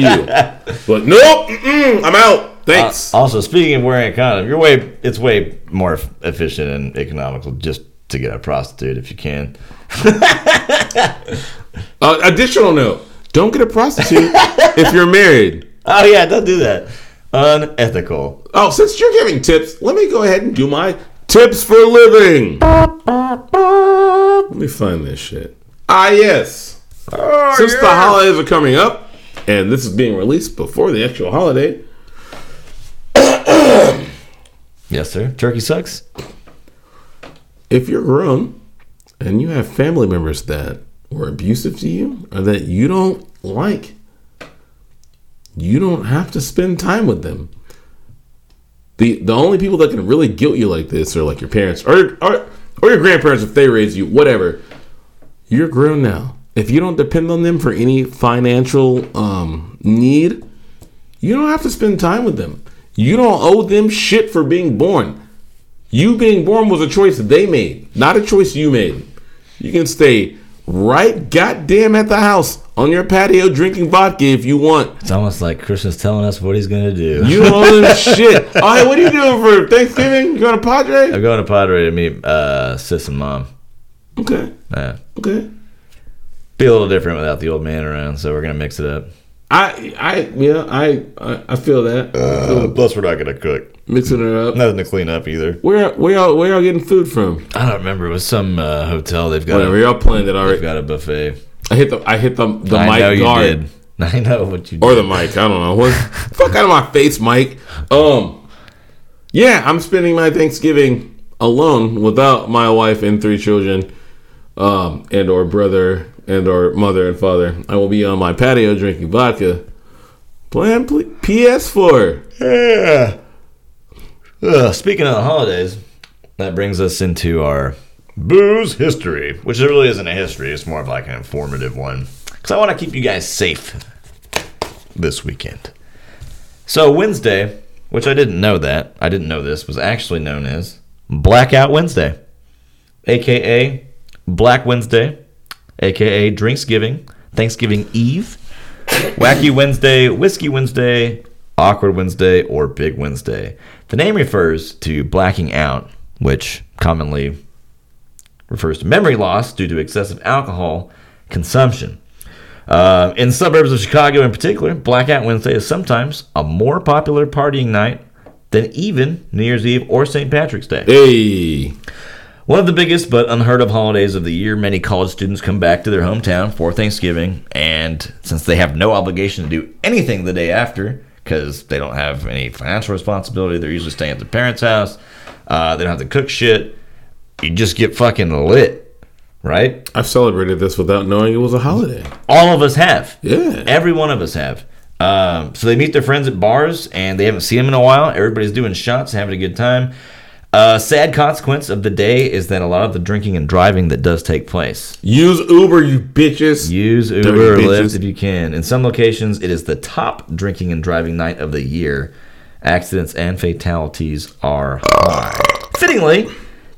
S2: you. But nope, mm-mm, I'm out.
S1: Uh,
S2: Thanks.
S1: also, speaking of wearing a condom, you're way it's way more f- efficient and economical just to get a prostitute if you can.
S2: Uh, additional note: Don't get a prostitute if you're married.
S1: Oh yeah, don't do that. Unethical.
S2: Oh, since you're giving tips, let me go ahead and do my tips for a living. Let me find this shit. Ah, yes. since the holidays are coming up, and this is being released before the actual holiday,
S1: Yes, sir. Turkey sucks.
S2: if you're grown and you have family members that were abusive to you or that you don't like, you don't have to spend time with them. The the only people that can really guilt you like this are like your parents or or, or your grandparents if they raised you, whatever. You're grown now. If you don't depend on them for any financial um, need, you don't have to spend time with them. You don't owe them shit for being born. You being born was a choice they made, not a choice you made. You can stay right goddamn at the house on your patio drinking vodka if you want.
S1: It's almost like Christian's telling us what he's gonna do.
S2: You don't owe them shit. Oh, hey, what are you doing for Thanksgiving? You going to
S1: I'm
S2: Padre?
S1: going to Padre to meet uh, sis and mom. Uh,
S2: Okay,
S1: Yeah.
S2: okay.
S1: Be a little different without the old man around, so we're gonna mix it up.
S2: I, I, yeah, I, I, I feel that. I feel
S1: Uh, Plus, we're not gonna cook.
S2: mixing her up.
S1: Nothing to clean up either.
S2: Where, where y'all, where y'all getting food from?
S1: I don't remember. It was some uh, hotel. They've got.
S2: Whatever,
S1: A,
S2: y'all planned it
S1: they've
S2: already.
S1: got a buffet.
S2: I hit the, I hit the, the
S1: I
S2: mic
S1: know you
S2: guard.
S1: did. I know what you did.
S2: or the mic. I don't know. What fuck out of my face, Mike. Um, yeah, I'm spending my Thanksgiving alone without my wife and three children, um, and or brother and or mother and father. I will be on my patio drinking vodka, playing pl- PS4.
S1: Yeah. Ugh, speaking of the holidays, that brings us into our booze history, which there really isn't a history. It's more of like an informative one because I want to keep you guys safe this weekend. So Wednesday, which I didn't know that I didn't know this was actually known as Blackout Wednesday, aka Black Wednesday, aka Drinksgiving, Thanksgiving Eve. Wacky Wednesday, Whiskey Wednesday, Awkward Wednesday, or Big Wednesday. The name refers to blacking out, which commonly refers to memory loss due to excessive alcohol consumption. Uh, in suburbs of Chicago, in particular, Blackout Wednesday is sometimes a more popular partying night than even New Year's Eve or St. Patrick's Day.
S2: Hey,
S1: One of the biggest but unheard of holidays of the year, many college students come back to their hometown for Thanksgiving, and since they have no obligation to do anything the day after, because they don't have any financial responsibility, they're usually staying at their parents' house, uh, they don't have to cook shit, you just get fucking lit, right?
S2: I've celebrated this without knowing it was a holiday.
S1: All of us have.
S2: Yeah.
S1: Every one of us have. Um, so they meet their friends at bars and they haven't seen them in a while. Everybody's doing shots, having a good time. Uh, sad consequence of the day is that a lot of the drinking and driving that does take place.
S2: Use Uber, you bitches.
S1: Use
S2: Dirty
S1: Uber or
S2: bitches.
S1: Lyft if you can. In some locations, it is the top drinking and driving night of the year. Accidents and fatalities are high. Fittingly,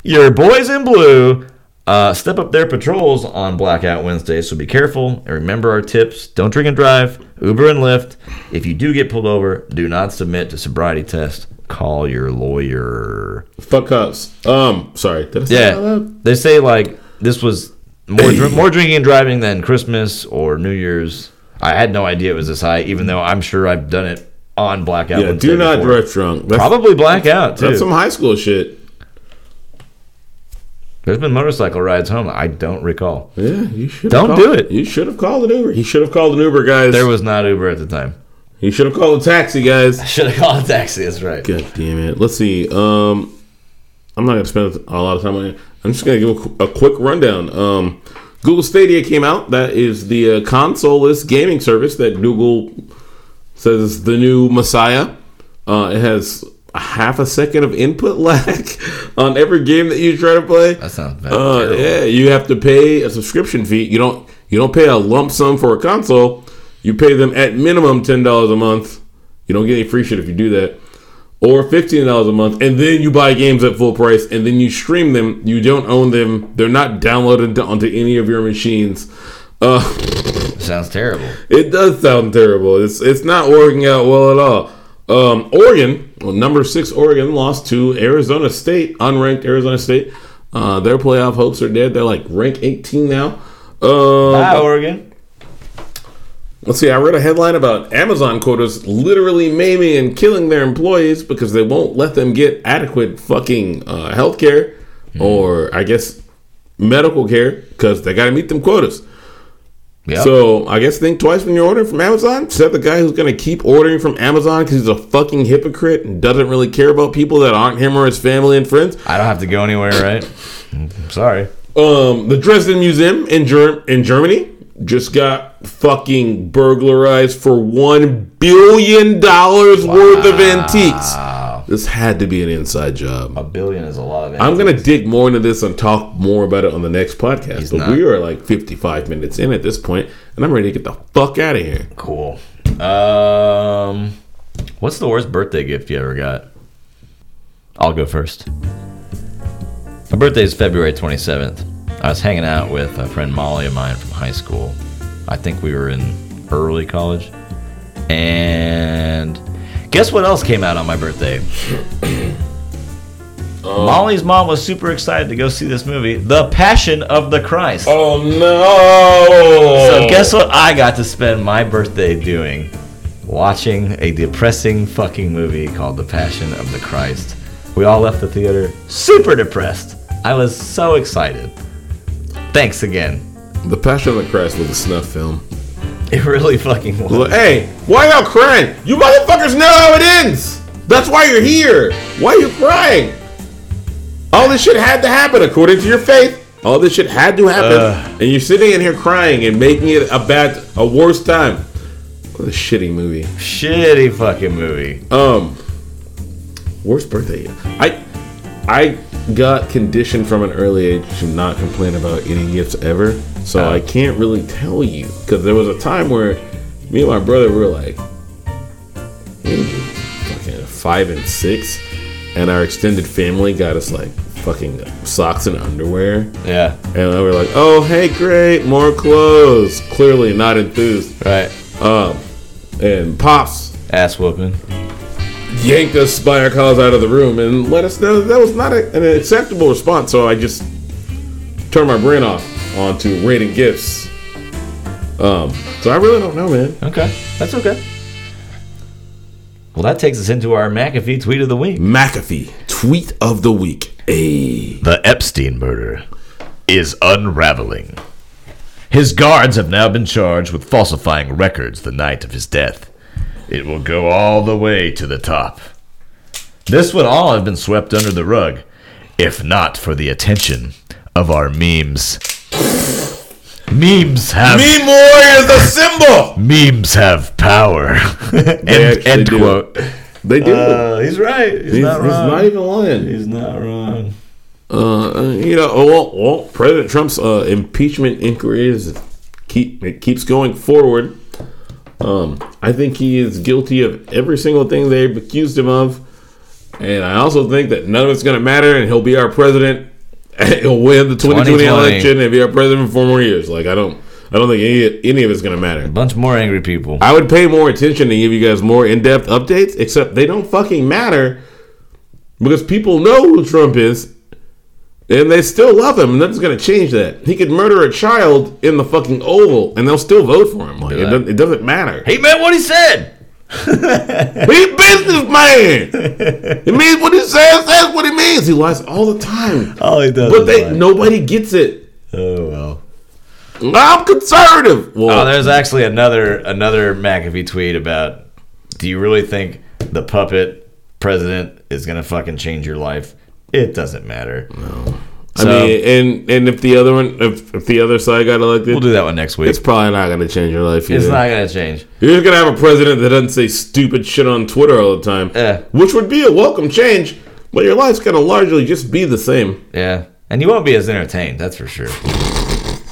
S1: your boys in blue uh, step up their patrols on Blackout Wednesday, so be careful and remember our tips. Don't drink and drive, Uber and Lyft. If you do get pulled over, do not submit to sobriety test. Call your lawyer.
S2: Fuck ups. Um, sorry. Did I say that out
S1: Yeah,
S2: loud?
S1: they say like this was more dr- more drinking and driving than Christmas or New Year's. I had no idea it was this high, even though I'm sure I've done it on blackout.
S2: Yeah.
S1: Wednesday
S2: Do not
S1: before.
S2: drive drunk. That's,
S1: Probably blackout too.
S2: that's some high school shit.
S1: There's been motorcycle rides home. I don't recall.
S2: Yeah, you should.
S1: Don't do it.
S2: You should have called an Uber. He should have called an Uber, guys.
S1: There was not Uber at the time.
S2: he should have called a taxi, guys.
S1: Should have called a taxi. That's right.
S2: God damn it. Let's see. Um, I'm not gonna spend a lot of time on it. I'm just gonna give a, qu- a quick rundown. Um, Google Stadia came out. That is the uh, consoleless gaming service that Google says is the new messiah. Uh, it has a half a second of input lag on every game that you try to play.
S1: That sounds bad.
S2: Uh, yeah, you have to pay a subscription fee. You don't you don't pay a lump sum for a console. You pay them at minimum ten dollars a month. You don't get any free shit if you do that, or fifteen dollars a month, and then you buy games at full price, and then you stream them. You don't own them. They're not downloaded to- onto any of your machines. Uh,
S1: sounds terrible.
S2: it does sound terrible. It's it's not working out well at all. Um, Oregon, well, number six, Oregon lost to Arizona State, unranked Arizona State. Uh, their playoff hopes are dead. They're like rank 18 now. Um,
S1: Hi, Oregon.
S2: Let's see. I read a headline about Amazon quotas literally maiming and killing their employees because they won't let them get adequate fucking uh, health care or, I guess, medical care because they got to meet them quotas.
S1: Yeah.
S2: So I guess think twice when you're ordering from Amazon. Is that the guy who's going to keep ordering from Amazon because he's a fucking hypocrite and doesn't really care about people that aren't him or his family and friends?
S1: I don't have to go anywhere, right? I'm sorry.
S2: Um, the Dresden Museum in Ger- in Germany just got fucking burglarized for one billion dollars worth of antiques. This had to be an inside job.
S1: Uh, A billion is a lot of.
S2: I'm gonna dig more into this and talk more about it on the next podcast. but
S1: not.
S2: we are like 55 minutes in at this point, and I'm ready to get the fuck out of here.
S1: Cool. Um, what's the worst birthday gift you ever got? I'll go first. My birthday is February 27th. I was hanging out with a friend Molly of mine from high school. I think we were in early college. And guess what else came out on my birthday? Molly's mom was super excited to go see this movie, The Passion of the Christ.
S2: Oh no!
S1: So
S2: Oh.
S1: guess what I got to spend my birthday doing? Watching a depressing fucking movie called The Passion of the Christ. We all left the theater super depressed. I was so excited. Thanks again.
S2: The Passion of the Christ was a snuff film.
S1: It really fucking was.
S2: Look, hey, why y'all crying? You motherfuckers know how it ends. That's why you're here. Why you crying? All this shit had to happen according to your faith. All this shit had to happen,
S1: Uh.
S2: and you're sitting in here crying and making it a bad, a worse time. What a shitty movie.
S1: Shitty fucking movie.
S2: Um, worst birthday. I I got conditioned from an early age to not complain about any gifts ever, so I can't really tell you because there was a time where me and my brother were like, we were fucking five and six, and our extended family got us like fucking socks and underwear.
S1: Yeah.
S2: And we were like, oh, hey, great, more clothes. Clearly not enthused.
S1: Right.
S2: Um, and Pops
S1: Ass whooping.
S2: yanked us by our collars out of the room and let us know that, that was not a, an acceptable response. So I just turned my brain off onto rating gifts. Um, so I really don't know, man.
S1: Okay. That's okay. Well, that takes us into our McAfee tweet of the week.
S2: McAfee tweet of the week. Hey,
S1: The Epstein murder is unraveling. His guards have now been charged with falsifying records the night of his death. It will go all the way to the top. This would all have been swept under the rug if not for the attention of our memes. Memes have
S2: Mean Warrior is the symbol.
S1: memes have power. end
S2: actually
S1: end
S2: do.
S1: quote.
S2: They do.
S1: Uh, he's right. He's,
S2: he's, he's not even lying.
S1: He's not wrong.
S2: Uh, you know, oh, well, well, President Trump's uh, impeachment inquiry is keep it keeps going forward. Um, I think he is guilty of every single thing they've accused him of, and I also think that none of it's going to matter, and he'll be our president. he'll win the 2020,
S1: 2020.
S2: election and be our president for four more years. Like I don't, I don't think any any of it's going to matter.
S1: Bunch more angry people.
S2: I would pay more attention to give you guys more in depth updates, except they don't fucking matter because people know who Trump is and they still love him, and that's going to change that. He could murder a child in the fucking Oval and they'll still vote for him. Like, it, doesn't, it doesn't matter.
S1: He meant what he said.
S2: He businessman! it means what he says, that's what he means. He lies all the time.
S1: Oh, he does.
S2: But they nobody gets it.
S1: Oh well.
S2: I'm conservative. Well,
S1: Oh, there's actually another another McAfee tweet about. Do you really think the puppet president is gonna fucking change your life? It doesn't matter.
S2: I
S1: so-
S2: mean, and and if the other one, if, if the other side got elected,
S1: uh, We'll do that one next week.
S2: It's
S1: It's,
S2: probably not going to change your life. Either.
S1: not gonna change.
S2: You're just going to have a president that doesn't say stupid shit on Twitter all the time,
S1: Yeah.
S2: which would be a welcome change, but your life's going to largely just be the same.
S1: Yeah, and you won't be as entertained. That's for sure.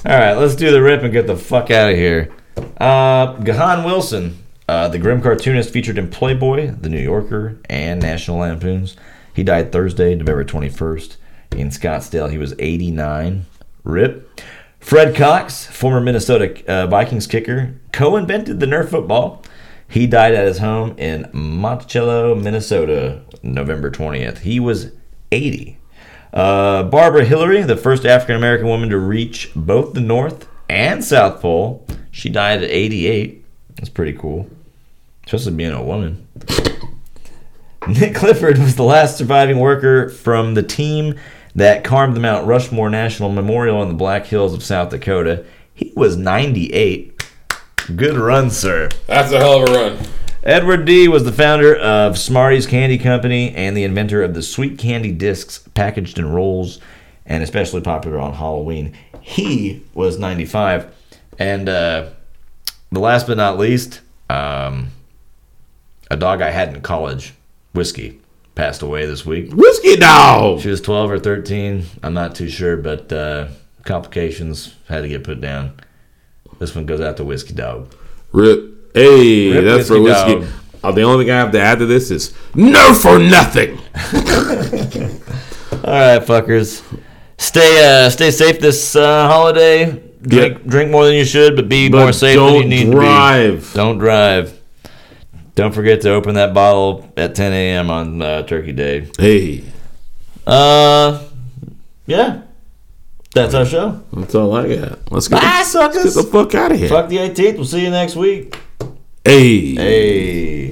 S1: All right, let's do the rip and get the fuck out of here. Uh, Gahan Wilson, uh, the grim cartoonist featured in Playboy, The New Yorker, and National Lampoons. He died Thursday, November 21st, in Scottsdale. He was 89. Rip. Fred Cox, former Minnesota uh, Vikings kicker, co invented the Nerf football. He died at his home in Monticello, Minnesota, November 20th. He was 80. Uh, Barbara Hillary, the first African American woman to reach both the North and South Pole, she died at 88. That's pretty cool, especially being a woman. Nick Clifford was the last surviving worker from the team that carved the Mount Rushmore National Memorial in the Black Hills of South Dakota. He was 98. Good run, sir.
S2: That's a hell of a run.
S1: Edward D. was the founder of Smarties Candy Company and the inventor of the sweet candy discs packaged in rolls and especially popular on Halloween. He was 95. And uh, the last but not least, um, a dog I had in college, Whiskey, passed away this week.
S2: Whiskey dog.
S1: She was 12 or 13. I'm not too sure, but uh, complications had to get put down. This one goes out to Whiskey Dog.
S2: Rip. Hey,
S1: Rip
S2: that's for
S1: Whiskey
S2: whiskey.
S1: Dog.
S2: Uh, the only thing I have to add to this is no for nothing.
S1: All right, fuckers. Stay uh, stay safe this uh, holiday. Drink drink more than you should, but be
S2: But
S1: more safe than you
S2: don't
S1: need to
S2: drive.
S1: be. Don't drive. Don't forget to open that bottle at 10 a.m. on uh, Turkey Day.
S2: Hey,
S1: Uh, yeah, that's our show.
S2: That's all I got. Let's get,
S1: Bye,
S2: the,
S1: suckers.
S2: get the fuck out of here.
S1: Fuck the 18th. We'll see you next week.
S2: Hey.
S1: Hey.